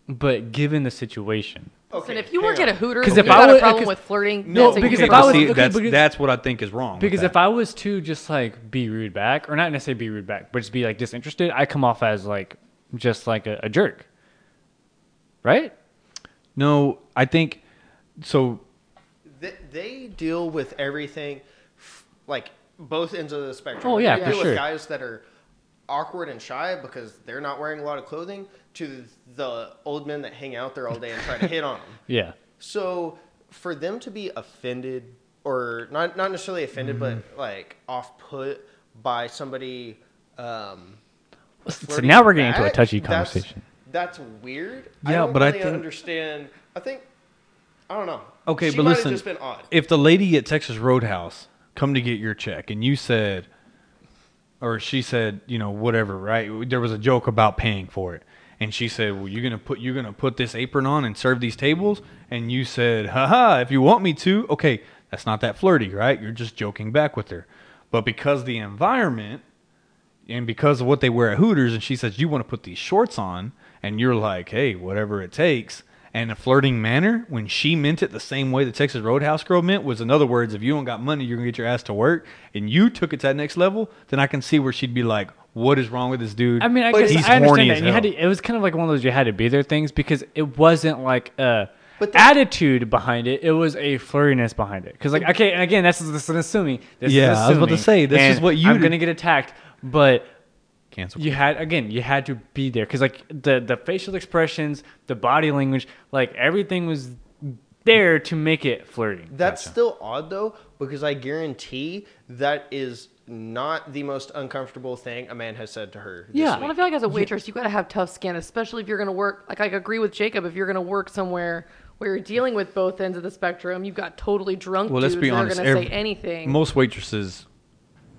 S2: But given the situation,
S4: Listen,
S3: Okay,
S4: if you
S3: hang
S4: work at
S3: on.
S4: a Hooters,
S2: 'Cause
S4: if
S2: if
S4: you
S2: I
S4: got
S2: would-
S4: a problem
S2: because-
S4: with flirting,
S2: No,
S4: that's a
S2: because
S4: you
S2: if I
S4: problem.
S2: was-
S1: See,
S2: okay,
S1: that's
S2: because-
S1: that's what I think is wrong.
S2: because if I was to just like be rude back, or not necessarily be rude back, but just be like disinterested, I come off as like just like a, a jerk, right?
S1: no, I think so.
S3: They, they deal with everything, f- like both ends of the spectrum.
S2: Oh, yeah,
S3: they
S2: for
S3: deal
S2: sure.
S3: with guys that are awkward and shy because they're not wearing a lot of clothing, to the old men that hang out there all day and try to hit on them.
S2: Yeah.
S3: So for them to be offended or not not necessarily offended,
S2: Mm-hmm.
S3: but like off put by somebody. Um,
S2: So
S3: flirting
S2: now we're getting into a
S3: back,
S2: touchy
S3: that's-
S2: conversation.
S3: That's, weird.
S1: Yeah,
S3: I don't
S1: but I
S3: really
S1: think-
S3: understand. I think I don't know.
S1: Okay,
S3: she
S1: but
S3: might
S1: listen.
S3: have just been odd.
S1: If the lady at Texas Roadhouse come to get your check, and you said, or she said, you know, whatever, right? There was a joke about paying for it, and she said, "Well, you're gonna put you're gonna put this apron on and serve these tables," and you said, "Haha, if you want me to." Okay, that's not that flirty, right? You're just joking back with her, but because the environment and because of what they wear at Hooters, and she says, You want to put these shorts on, and you're like, Hey, whatever it takes. and a flirting manner when she meant it the same way the Texas Roadhouse girl meant was in other words, if you don't got money, you're gonna get your ass to work, and you took it to that next level, then I can see where she'd be like, "What is wrong with this dude?"
S2: I mean, I,
S1: But
S2: guess,
S1: he's
S2: I
S1: horny
S2: understand
S1: as
S2: that. And you had
S1: hell.
S2: to, it was kind of like one of those you had to be there things because it wasn't like a
S3: But the-
S2: attitude behind it. It was a flirtiness behind it. Because like okay, and again, that's this is assuming. This
S1: Yeah, I
S2: is
S1: was about to
S2: assuming,
S1: say, this is
S2: and
S1: what you
S2: I'm
S1: do.
S2: gonna get attacked, but
S1: cancel.
S2: you had again, you had to be there because like the the facial expressions, the body language, like everything was there to make it flirting.
S3: That's still odd though, because I guarantee that is not the most uncomfortable thing a man has said to her. this
S2: Yeah.
S3: week.
S4: Well, I feel like as a waitress, you got to have tough skin, especially if you're going to work. Like I agree with Jacob, if you're going to work somewhere where you're dealing with both ends of the spectrum, you've got totally drunk
S1: Well, let's
S4: dudes
S1: be
S4: that
S1: honest.
S4: are going to
S1: ev-
S4: say anything.
S1: Most waitresses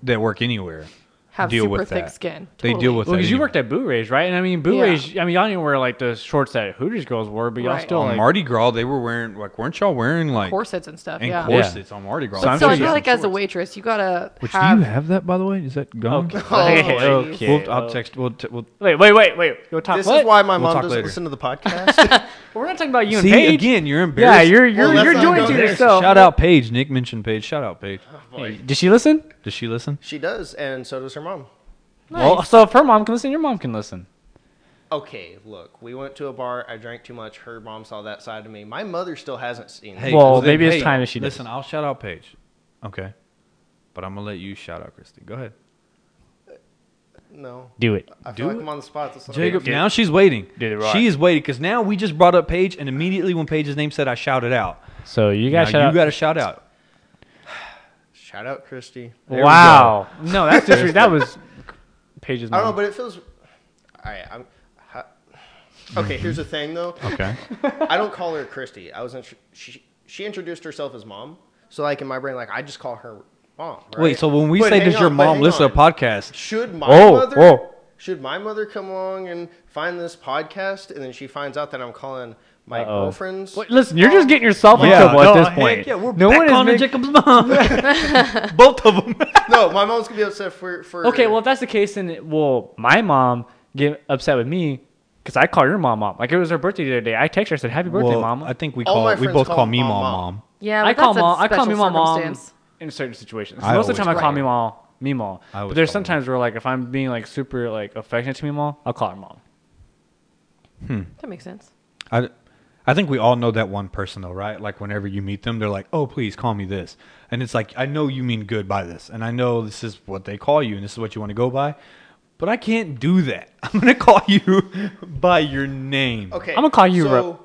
S1: that work anywhere
S4: Have
S1: deal
S4: super
S1: with
S4: thick
S1: that.
S4: skin.
S1: They deal
S4: Totally.
S1: with
S2: Well,
S1: that.
S2: because you
S1: anyway.
S2: worked at Boo Ray's, right? And I mean, Boo
S4: Yeah.
S2: Ray's. I mean, y'all didn't wear like the shorts that Hooters girls wore, but y'all
S4: Right.
S2: still
S4: Oh,
S1: on
S2: like,
S1: Mardi Gras. They were wearing like, weren't y'all wearing like
S4: corsets and stuff.
S1: and
S4: yeah.
S1: corsets on Mardi Gras?
S2: So I'm
S4: So
S2: sure
S4: I
S2: you
S4: feel
S2: have
S4: like as a waitress, you got to
S1: Which do
S4: have,
S1: you have that by the way? Is that gone?
S2: Okay.
S4: Okay, okay.
S1: We'll, I'll text. We'll, t- we'll
S2: Wait, wait, wait, wait. Yo, talk,
S3: This
S2: what?
S3: is why my
S1: We'll
S3: mom
S1: talk
S3: doesn't
S1: later.
S3: listen to the podcast.
S2: We're not talking about you
S1: see
S2: and Paige.
S1: again. You're
S2: yeah,
S1: embarrassed.
S2: you're you're
S3: Well,
S2: you're
S3: let's
S2: doing
S3: not
S2: it to
S3: go there.
S2: yourself.
S1: Shout out Paige. Nick mentioned Paige. Shout out Paige.
S2: Hey, Did she listen?
S1: Does she listen?
S3: she does, and so does her mom.
S2: Well, so if her mom can listen, your mom can listen.
S3: Okay, look, we went to a bar. I drank too much. Her mom saw that side of me. My mother still hasn't seen it.
S2: Well,
S1: then-
S2: maybe it's time that she does.
S1: Listen, I'll shout out Paige. Okay, but I'm gonna let you shout out Christy. Go ahead,
S3: No,
S2: Do it.
S3: I feel like I'm on the spot. That's what I'm
S1: Jacob.
S3: doing.
S1: Now she's waiting.
S2: Did it right.
S1: She is waiting because now we just brought up Paige, and immediately when Paige's name said, I shouted out.
S2: So you
S1: Now
S2: got shout
S1: you
S2: out.
S1: got to shout out.
S3: Shout out, Christy.
S1: we
S2: wow. No, that's just that was Paige's
S3: I
S2: mom.
S3: don't know, but it feels. All right, I'm. ha- Okay, here's the thing though.
S1: Okay.
S3: I don't call her Christy. I was intr she, she introduced herself as mom. So like in my brain, like I just call her mom. Right?
S1: Wait. So when we
S3: But
S1: say,
S3: hang
S1: "Does your
S3: on, but
S1: mom
S3: hang
S1: listen to a
S3: on.
S1: podcast?"
S3: Should my
S2: Whoa,
S3: mother?
S2: whoa.
S3: Should my mother come along and find this podcast, and then she finds out that I'm calling my
S2: Uh-oh.
S3: girlfriend's?
S2: Wait, listen, you're just getting yourself in
S1: Yeah,
S2: trouble
S1: no,
S2: at this
S1: heck
S2: point.
S1: yeah, we're
S2: no
S1: back
S2: one is
S1: on to
S2: making-
S1: Jacob's mom. Both of them.
S3: No, my mom's gonna be upset for for.
S2: Okay, well, if that's the case, then it- well, my mom get upset with me because I call your mom mom. Like it was her birthday the other day. I text her, I said, "Happy birthday,
S1: well,
S2: mom."
S1: I think we
S3: All
S1: call
S3: my
S1: we
S3: friends
S1: both
S3: call
S1: call me
S3: mom
S1: mom
S3: mom.
S1: mom.
S4: yeah, but
S2: I call
S4: that's a
S2: mom. I call me
S4: special
S2: mom mom
S4: circumstance.
S2: in certain situations.
S1: I
S2: Most of the
S1: always
S2: time, I call
S1: call
S2: me mom, me mom.
S1: I
S2: But
S1: always
S2: there's
S1: call me
S2: sometimes where like if I'm being like super like affectionate to me mom, I'll call her mom.
S4: That makes sense.
S1: I, I think we all know that one person though, right? Like whenever you meet them, they're like, "Oh, please call me this," and it's like, "I know you mean good by this, and I know this is what they call you, and this is what you want to go by." But I can't do that. I'm gonna call you by your name.
S3: Okay.
S2: I'ma call you,
S3: So,
S2: Ro-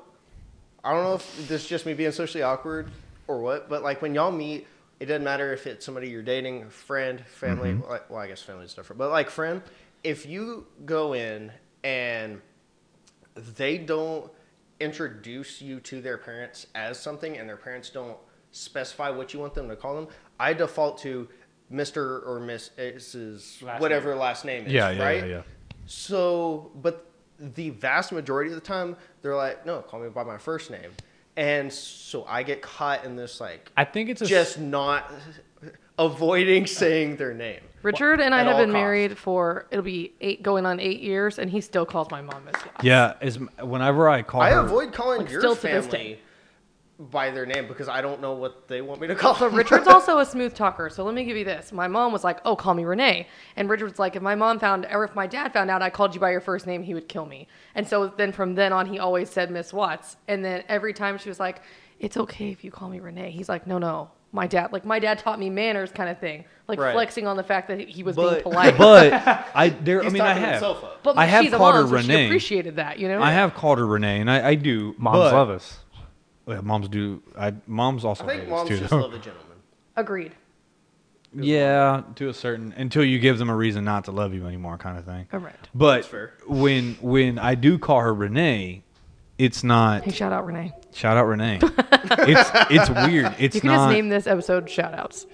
S3: I don't know if this is just me being socially awkward or what, but like when y'all meet, it doesn't matter if it's somebody you're dating, friend, family.
S1: Mm-hmm.
S3: Like, well, I guess family's different, but like friend, if you go in and they don't introduce you to their parents as something, and their parents don't specify what you want them to call them, I default to Mister or Mrs.
S2: Last
S3: whatever last name is.
S1: Yeah, yeah,
S3: right?
S1: yeah, yeah.
S3: So, but the vast majority of the time, they're like, no, call me by my first name. And so I get caught in this, like,
S2: I think it's a
S3: just not avoiding saying their name.
S4: Richard and I
S3: At
S4: have
S3: all
S4: been
S3: costs.
S4: married for it'll be eight going on eight years, and he still calls my mom Miss. Watts.
S1: Yeah, is whenever I call
S3: I
S1: her,
S3: avoid calling
S4: Like,
S3: your
S4: still to this
S3: family
S4: day.
S3: by their name because I don't know what they want me to call them.
S4: Richard's also a smooth talker, so let me give you this. My mom was like, "Oh, call me Renee," and Richard was like, "If my mom found, or if my dad found out I called you by your first name, he would kill me." And so then from then on, he always said Miss Watts. And then every time she was like, "It's okay if you call me Renee," he's like, "No, no, my dad, like my dad taught me manners, kind of thing, like
S3: Right.
S4: flexing on the fact that he was
S3: But-
S4: being polite."
S1: but I there. I
S3: He's
S1: mean, I
S3: talking
S1: have.
S3: himself up.
S4: But
S1: I have
S4: she's a
S1: called
S4: mom,
S1: her
S4: so she
S1: Renee.
S4: appreciated that, you know.
S1: I have called her Renee, and I, I do.
S2: moms
S1: but-
S2: love us.
S1: Yeah, moms do. I moms also.
S3: I think
S1: hate us,
S3: moms
S1: too,
S3: just
S1: though.
S3: love a gentleman.
S4: agreed.
S1: Yeah, to a certain until you give them a reason not to love you anymore, kind of thing.
S4: Correct.
S1: But
S3: fair.
S1: when when I do call her Renee, it's not
S4: Hey, shout out Renee.
S1: shout out Renee. it's it's weird. It's
S4: You can
S1: not.
S4: just name this episode shout outs.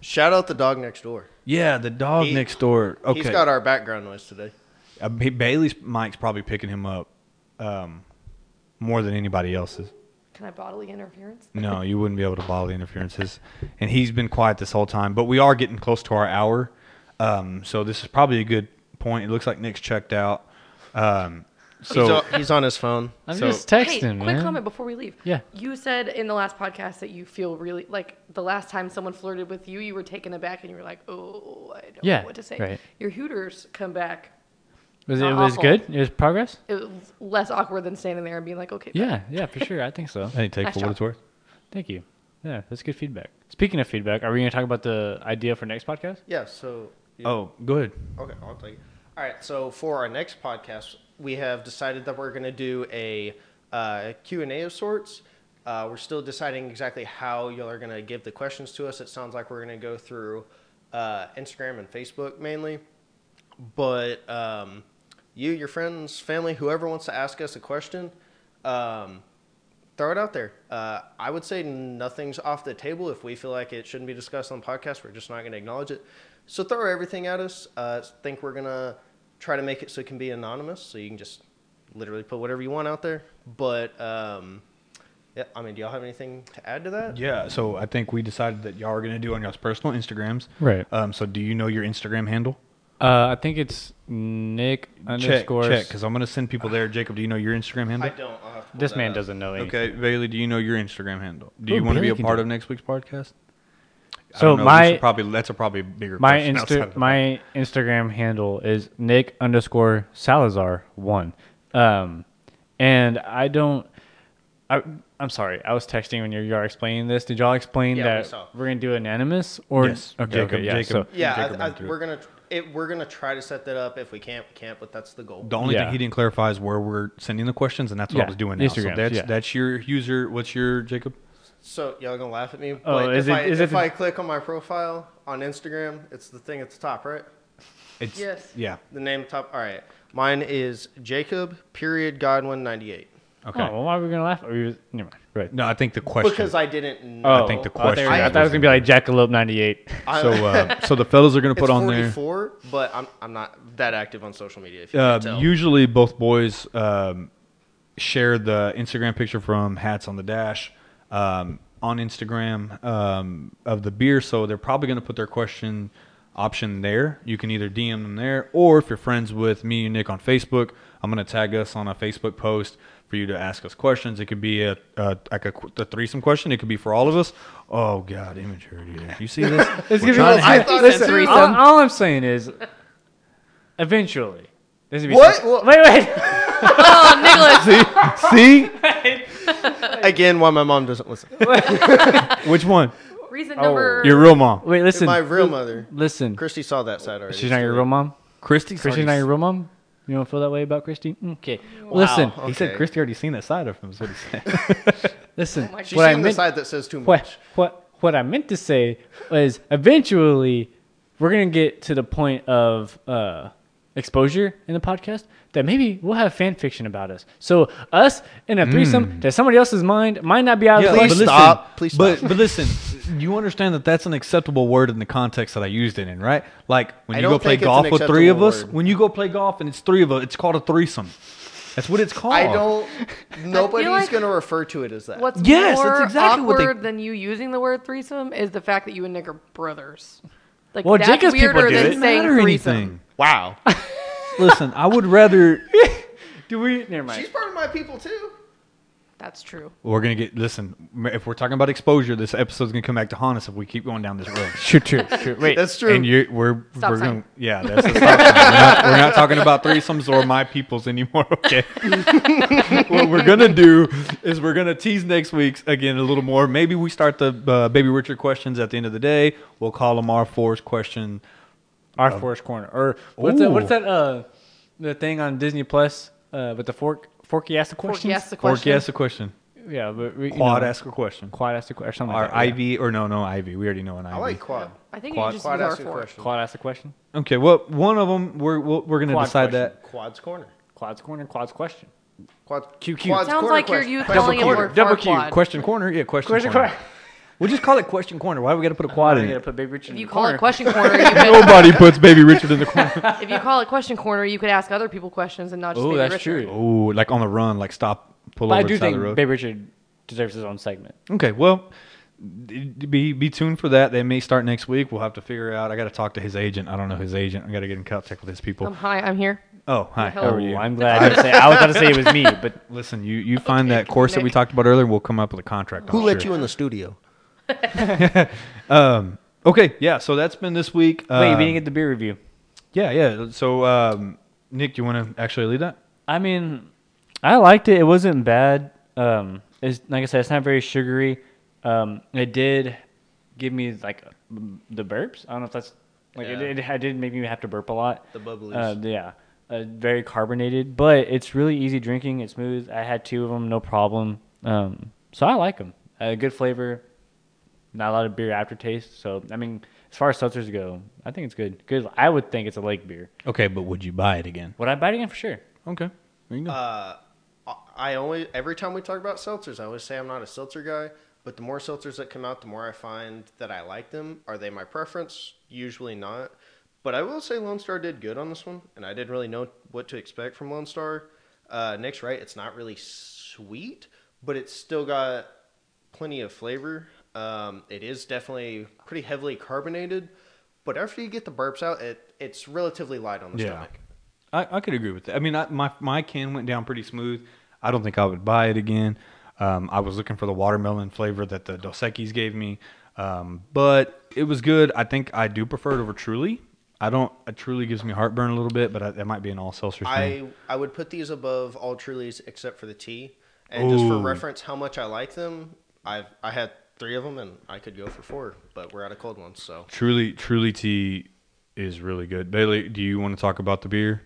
S3: Shout out the dog next door.
S1: yeah, the dog
S3: He-
S1: next door. Okay,
S3: He's got our background noise today.
S1: Uh, Ba- Bailey's mic's probably picking him up um, more than anybody else's.
S4: Can I bodily interference?
S1: No, you wouldn't be able to bottle the interferences. And he's been quiet this whole time, but we are getting close to our hour. Um, so this is probably a good point. It looks like Nick's checked out. Um, So
S3: he's, on, he's on his phone.
S2: I'm
S1: So-
S2: just texting,
S4: hey,
S2: man.
S4: quick comment before we leave.
S2: Yeah.
S4: You said in the last podcast that you feel really like the last time someone flirted with you, you were taken aback and you were like, "Oh, I don't
S2: Yeah,
S4: know what to say."
S2: right.
S4: Your hooters come back.
S2: Was it,
S4: Not
S2: it was
S4: awful.
S2: good? It was progress?
S4: It was less awkward than standing there and being like, "Okay." bye."
S2: Yeah, yeah, for sure. I think so.
S1: I didn't take
S4: Nice
S1: for what
S4: job.
S1: it's worth.
S2: Thank you. Yeah, that's good feedback. Speaking of feedback, are we going to talk about the idea for next podcast?
S3: Yeah. So.
S1: Oh, go ahead.
S3: Okay, I'll take it. All right, so for our next podcast, we have decided that we're going to do a uh, Q&A of sorts. Uh, we're still deciding exactly how y'all are going to give the questions to us. It sounds like we're going to go through uh, Instagram and Facebook mainly. But um, you, your friends, family, whoever wants to ask us a question, um, throw it out there. Uh, I would say nothing's off the table. If we feel like it shouldn't be discussed on the podcast, we're just not going to acknowledge it. So throw everything at us. Uh, think we're going to try to make it so it can be anonymous. So you can just literally put whatever you want out there. But um, yeah, I mean, do y'all have anything to add to that?
S1: Yeah, so I think we decided that y'all are gonna do on y'all's personal Instagrams.
S2: Right.
S1: Um, so do you know your Instagram handle?
S2: Uh, I think it's Nick
S1: Check,
S2: underscore.
S1: check, because I'm gonna send people there. Jacob, do you know your Instagram handle?
S3: I don't. I'll have to pull
S2: This
S3: that
S2: man
S3: up.
S2: doesn't know anything.
S1: Uh, Okay, Bailey, do you know your Instagram handle? Do
S2: Ooh,
S1: you want to
S2: Bailey
S1: be a
S2: can
S1: part
S2: do
S1: of next week's podcast? I
S2: So
S1: don't know, we
S2: my-
S1: should probably that's a probably bigger
S2: My
S1: question outside of
S2: Insta-
S1: the-
S2: my Instagram handle is Nick underscore Salazar one, um, and I don't. I I'm sorry. I was texting when you you are explaining this. Did y'all explain
S3: Yeah, we
S2: that
S3: saw.
S2: we're gonna do anonymous or
S1: Yes.
S2: okay?
S1: Jacob-
S2: okay, yeah.
S1: Jacob-
S2: So
S3: Yeah,
S1: Jacob
S3: I,
S1: went
S3: I,
S1: through
S3: we're gonna it, we're gonna try to set that up. If we can't, we can't. But that's the goal.
S1: The only
S2: Yeah.
S1: thing he didn't clarify is where we're sending the questions, and that's what
S2: Yeah,
S1: I was doing now. So
S2: Instagrams,
S1: that's
S2: yeah.
S1: that's your user. What's your Jacob?
S3: So y'all gonna laugh at me?
S2: Oh,
S3: but
S2: is
S3: if
S2: it-
S3: I,
S2: is it
S3: if
S2: the-
S3: I click on my profile on Instagram, it's the thing at the top, right?
S1: It's
S4: Yes.
S1: Yeah.
S3: The name top. All right. Mine is Jacob period Godwin ninety eight.
S1: Okay.
S2: oh, well, why are we gonna laugh? Are we, never mind. Right.
S1: No, I think the question.
S3: Because I didn't. Know.
S2: Oh,
S1: think the
S2: I thought they were- I,
S1: question
S2: thought it was
S1: was-
S2: gonna be like Jackalope ninety eight.
S3: I-
S1: so uh, so the fellas are gonna
S3: it's
S1: put on
S3: forty
S1: there.
S3: four, but I'm I'm not that active on social media. If you can
S1: Uh,
S3: tell.
S1: usually, both boys um, share the Instagram picture from Hats on the Dash um, on Instagram um, of the beer. So they're probably going to put their question option there. You can either DM them there, or if you're friends with me and Nick on Facebook, I'm going to tag us on a Facebook post for you to ask us questions. It could be a, a like a, qu- a threesome question. It could be for all of us. Oh God, immaturity! You see this?
S2: It's
S1: We're
S2: gonna be
S1: trying
S2: like,
S1: to
S3: I
S1: have-
S3: thought
S2: listen,
S3: that's
S2: all, all I'm saying is, eventually, there's gonna be
S3: What?
S2: some-
S3: What?
S2: Wait, wait.
S4: Oh, Nicholas.
S1: see
S3: Again, why my mom doesn't listen.
S1: which one?
S4: Reason
S2: Oh,
S4: number.
S1: Your real mom,
S2: Wait, listen.
S3: my real mother,
S2: listen.
S3: Christy, saw that side already.
S2: She's not your real mom.
S1: Christy.
S2: Christy's not your real mom. You don't feel that way about Christy? Mm, Okay. Listen,
S1: He
S3: Okay. Oh
S1: said Christy already seen that side of him. Is what he said.
S2: listen.
S4: my
S3: She's
S2: what I
S3: seen the
S2: meant,
S3: side that says too much.
S2: what, what, what I meant to say was eventually we're gonna get to the point of uh, exposure in the podcast that maybe we'll have fan fiction about us. So us in a threesome that somebody else's mind might not be out of
S1: but
S2: the question.
S3: please stop. Please
S1: But
S3: stop.
S1: but listen, you understand that that's an acceptable word in the context that I used it in, right? Like when
S3: I
S1: you go
S3: don't
S1: play
S3: think it's
S1: golf
S3: an
S1: with three of
S3: acceptable
S1: us.
S3: word.
S1: When you go play golf and it's three of us, it's called a threesome. That's what it's called.
S3: I don't. Nobody's
S4: like-
S3: gonna refer to it as that.
S4: What's
S1: Yes, that's
S4: more
S1: exactly what they-
S4: awkward than you using the word threesome is the fact that you and Nick are brothers. Like
S2: Well,
S4: that's
S2: Jacob's people
S4: weirder
S2: do
S1: It
S4: than
S2: it.
S1: doesn't
S4: saying
S1: matter
S4: threesome.
S1: anything.
S3: Wow.
S1: Listen, I would rather.
S2: Do we? Never mind.
S3: She's part of my people too.
S4: That's true.
S1: We're gonna get. Listen, if we're talking about exposure, this episode's gonna come back to haunt us if we keep going down this road.
S2: Sure, true, true. Wait,
S3: That's true.
S1: And you, we're
S4: Stop
S1: we're
S4: sign.
S1: going yeah, that's a stop sign. We're not, we're not talking about threesomes or my peoples anymore. Okay. what we're gonna do is we're gonna tease next week's again a little more. Maybe we start the uh, baby Richard questions at the end of the day. We'll call them our fours question.
S2: our forest corner, or what's that? What's
S1: Ooh.
S2: that? Uh, the thing on Disney Plus uh, with the fork, forky ass the question.
S4: Forky asked the
S1: Fork
S4: question.
S1: ask a question.
S2: Yeah, but we, you
S1: Quad
S2: know,
S1: ask a question.
S2: quad ass the question, or something
S1: Our
S2: like that. yeah.
S1: Ivy or no no Ivy. We already know an Ivy.
S3: I like quad.
S4: I think
S1: Quad-
S4: you just
S3: Quad
S4: use our
S3: asked a
S4: four.
S3: question.
S2: Quad ass the question.
S1: Okay, well one of them we're we'll, we're gonna
S2: Quad
S1: decide
S2: question.
S1: that.
S3: Quad's corner.
S2: Quad's corner, quad's question.
S3: Quad.
S2: QQ.
S3: Quad's
S4: Sounds
S3: corner
S4: like you're
S3: question.
S4: you
S3: Question.
S4: calling it
S1: Corner.
S4: more
S1: Double
S4: far
S1: Q.
S4: quad.
S1: Question corner. Yeah, question,
S2: Question
S1: corner.
S2: corner.
S1: We'll just call it question corner. Why we got to put a quad
S2: I
S1: in
S2: gotta
S1: it?
S2: put Big Richard
S4: If
S2: in
S4: you
S2: the
S4: call
S2: corner.
S4: it question corner, you could,
S1: Nobody puts baby Richard in the corner.
S4: if you call it question corner, you could ask other people questions and not just
S2: Oh,
S4: Baby
S2: that's
S4: Richard.
S2: true.
S1: Oh, like on the run, like stop, pull
S2: But I
S1: over to
S2: do
S1: the side of the
S2: think
S1: road.
S2: Baby Richard deserves his own segment.
S1: okay, well, d- d- be be tuned for that. They may start next week. We'll have to figure out. I got to talk to his agent. I don't know his agent. I got to get in contact with his people.
S4: Um, hi, I'm here.
S1: Oh, hi.
S4: Hello.
S1: How are you?
S2: Oh, I'm glad. I was, saying, I was about to say it was me, but
S1: Listen, you, you find that course that we talked about earlier, and we'll come up with a contract.
S3: Who
S1: on it,
S3: let
S1: sure.
S3: you in the studio?
S1: Okay, yeah. So that's been this week.
S2: wait,
S1: Um,
S2: we didn't get the beer review.
S1: yeah, yeah. So um, Nick, do you want to actually lead that?
S2: I mean, I liked it. It wasn't bad. Um, it's like I said, it's not very sugary. Um, it did give me like the burps. I don't know if that's like
S3: Yeah.
S2: it, it, it did make me have to burp a lot.
S3: The bubblies.
S2: Uh, yeah, uh, very carbonated, but it's really easy drinking. It's smooth. I had two of them, no problem. Um, so I like them. Uh, good flavor. Not a lot of beer aftertaste. So I mean, as far as seltzers go, I think it's good. Good. I would think it's a lake beer.
S1: Okay, but would you buy it again?
S2: Would I buy it again for sure?
S1: Okay. There you go.
S3: Uh, I always every time we talk about seltzers, I always say I'm not a seltzer guy. But the more seltzers that come out, the more I find that I like them. Are they my preference? Usually not. But I will say Lone Star did good on this one, and I didn't really know what to expect from Lone Star. Uh, Nick's right; it's not really sweet, but it's still got plenty of flavor. Um, it is definitely pretty heavily carbonated, but after you get the burps out, it it's relatively light on the
S1: Yeah.
S3: stomach.
S1: I, I could agree with that. I mean, I, my my can went down pretty smooth. I don't think I would buy it again. Um, I was looking for the watermelon flavor that the Dos Equis gave me, um, but it was good. I think I do prefer it over Truly. I don't. Uh, Truly gives me heartburn a little bit, but I, that might be an all seltzer thing.
S3: I I would put these above all Trulies except for the tea. And just for
S1: Ooh.
S3: reference, how much I like them, I've I had three of them and I could go for four, but we're out of cold ones. So
S1: Truly, Truly tea is really good. Bailey, do you want to talk about the beer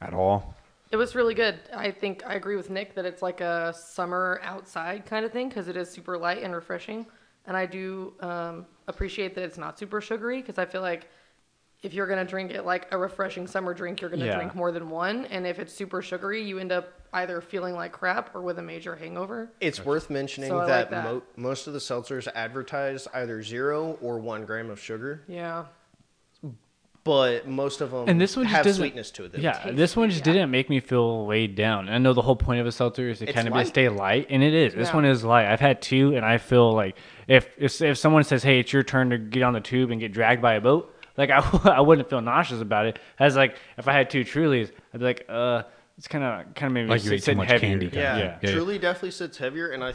S1: at all?
S4: It was really good. I think I agree with Nick that it's like a summer outside kind of thing because it is super light and refreshing. And I do um, appreciate that it's not super sugary because I feel like if you're going to drink it like a refreshing summer drink, you're going to
S1: Yeah.
S4: drink more than one. And if it's super sugary, you end up either feeling like crap or with a major hangover.
S3: it's worth mentioning
S4: So I
S3: that,
S4: like that.
S3: Mo- most of the seltzers advertise either zero or one gram of sugar,
S4: Yeah.
S3: but most of them
S2: And this one just
S3: have
S2: doesn't-
S3: sweetness to them.
S2: Yeah,
S4: taste
S2: this one
S4: it,
S2: just
S4: yeah.
S2: didn't make me feel weighed down. And I know the whole point of a seltzer is to
S3: It's
S2: kind of
S3: light.
S2: stay light, and it is. This
S4: Yeah.
S2: one is light. I've had two, and I feel like if, if if someone says, "Hey, it's your turn to get on the tube and get dragged by a boat," like I, I wouldn't feel nauseous about it. As like if I had two Trulies, I'd be like, "Uh, it's kind of kind of maybe
S1: Like you ate too much
S2: heavier."
S1: candy kinda.
S3: Yeah,
S1: Yeah.
S3: Truly definitely sits heavier, and I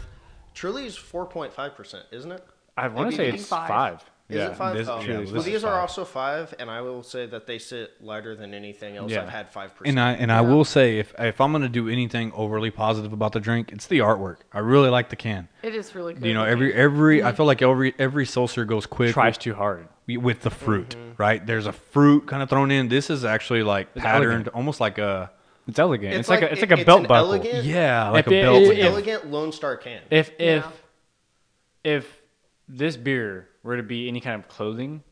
S3: Truly is four point five percent, isn't it?
S2: I want to
S3: Maybe
S2: say
S3: even
S2: it's
S4: five.
S2: five.
S3: Is
S1: Yeah,
S3: it five?
S1: this-
S3: oh,
S1: yeah,
S3: well,
S1: this is
S3: these are
S1: five.
S3: also five, and I will say that they sit lighter than anything else
S2: Yeah.
S3: I've had five percent.
S1: And I and I will say if if I'm gonna do anything overly positive about the drink, it's the artwork. I really like the can.
S4: It is really good.
S1: You know, every every I feel like every every seltzer goes quick
S2: Tries too hard.
S1: with, with the fruit, right? There's a fruit kind of thrown in. This is actually like patterned,
S2: elegant.
S1: almost like a
S2: It's elegant. It's,
S3: It's
S2: like,
S3: like-
S2: a, it's
S3: it-
S2: like a
S3: it's
S2: belt
S3: an
S2: buckle.
S3: elegant-
S1: yeah, like
S2: If
S1: a
S2: it-
S1: belt.
S2: it-
S1: with
S2: it-
S1: the-
S3: elegant Lone Star can.
S2: If if
S4: Yeah.
S2: if this beer were to be any kind of clothing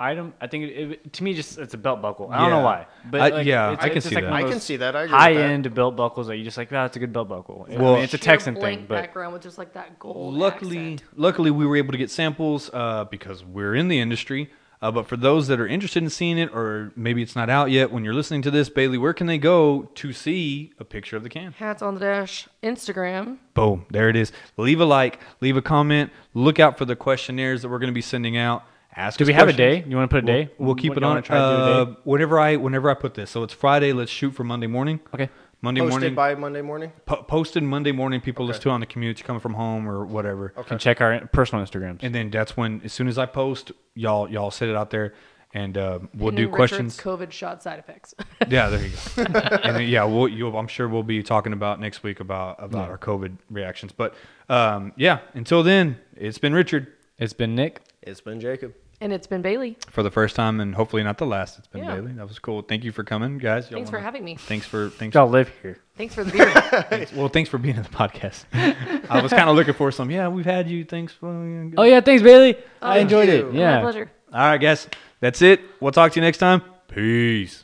S2: item, I think it, it, to me just it's a belt buckle. I don't
S1: Yeah.
S2: know why, but
S1: I-
S2: like,
S1: yeah,
S2: it's,
S1: I
S2: it's
S1: can
S2: just
S1: see
S2: like
S1: that.
S2: one of
S3: I can
S2: those
S3: see that. I agree
S2: High
S3: with that.
S2: end belt buckles that you just like, wow, it's a good belt buckle. I
S1: Well-
S2: mean, it's a
S4: Sheer
S2: Texan thing,
S4: blank
S2: but
S4: background with just like that gold.
S1: luckily,
S4: accent.
S1: luckily we were able to get samples uh, because we're in the industry. Uh, but for those that are interested in seeing it, or maybe it's not out yet, when you're listening to this, Bailey, where can they go to see a picture of the can?
S4: Hats on the dash Instagram.
S1: Boom, there it is. Leave a like, leave a comment, look out for the questionnaires that we're going to be sending out. Ask
S2: do we have a day? You want to put a day?
S1: We'll, we'll keep
S2: What
S1: it
S2: you
S1: on
S2: wanna Try to do
S1: uh, whenever I whenever I put this. So it's Friday. Let's shoot for Monday morning.
S2: Okay.
S1: Monday
S3: Posted
S1: morning.
S3: by Monday morning.
S1: po- posted Monday morning. People listen to it on the commute, coming from home or whatever.
S2: a day? And check our personal Instagrams.
S1: And then that's when, as soon as I post, y'all y'all set it out there, and uh, we'll
S4: And
S1: do
S4: Richard's
S1: questions.
S4: COVID shot side effects.
S1: Yeah, there you go. and then, yeah, we'll, you, I'm sure we'll be talking about next week about about our COVID reactions. But um, yeah, until then, it's been Richard
S2: it's been Nick.
S3: It's been Jacob.
S4: and it's been Bailey.
S1: for the first time, and hopefully not the last. It's been
S4: Yeah.
S1: Bailey. That was cool. Thank you for coming, guys. Y'all
S4: Thanks for
S1: wanna-
S4: having me.
S1: Thanks for thanks.
S2: Y'all live here.
S4: Thanks for the beer.
S1: thanks- Well, thanks for being in the podcast. I was kind of looking for some. Yeah, we've had you. Thanks. For,
S2: Oh yeah, thanks Bailey. I
S3: Thank
S2: enjoyed
S3: you.
S2: it. Yeah.
S4: My pleasure.
S1: All right, guys. That's it. We'll talk to you next time. Peace.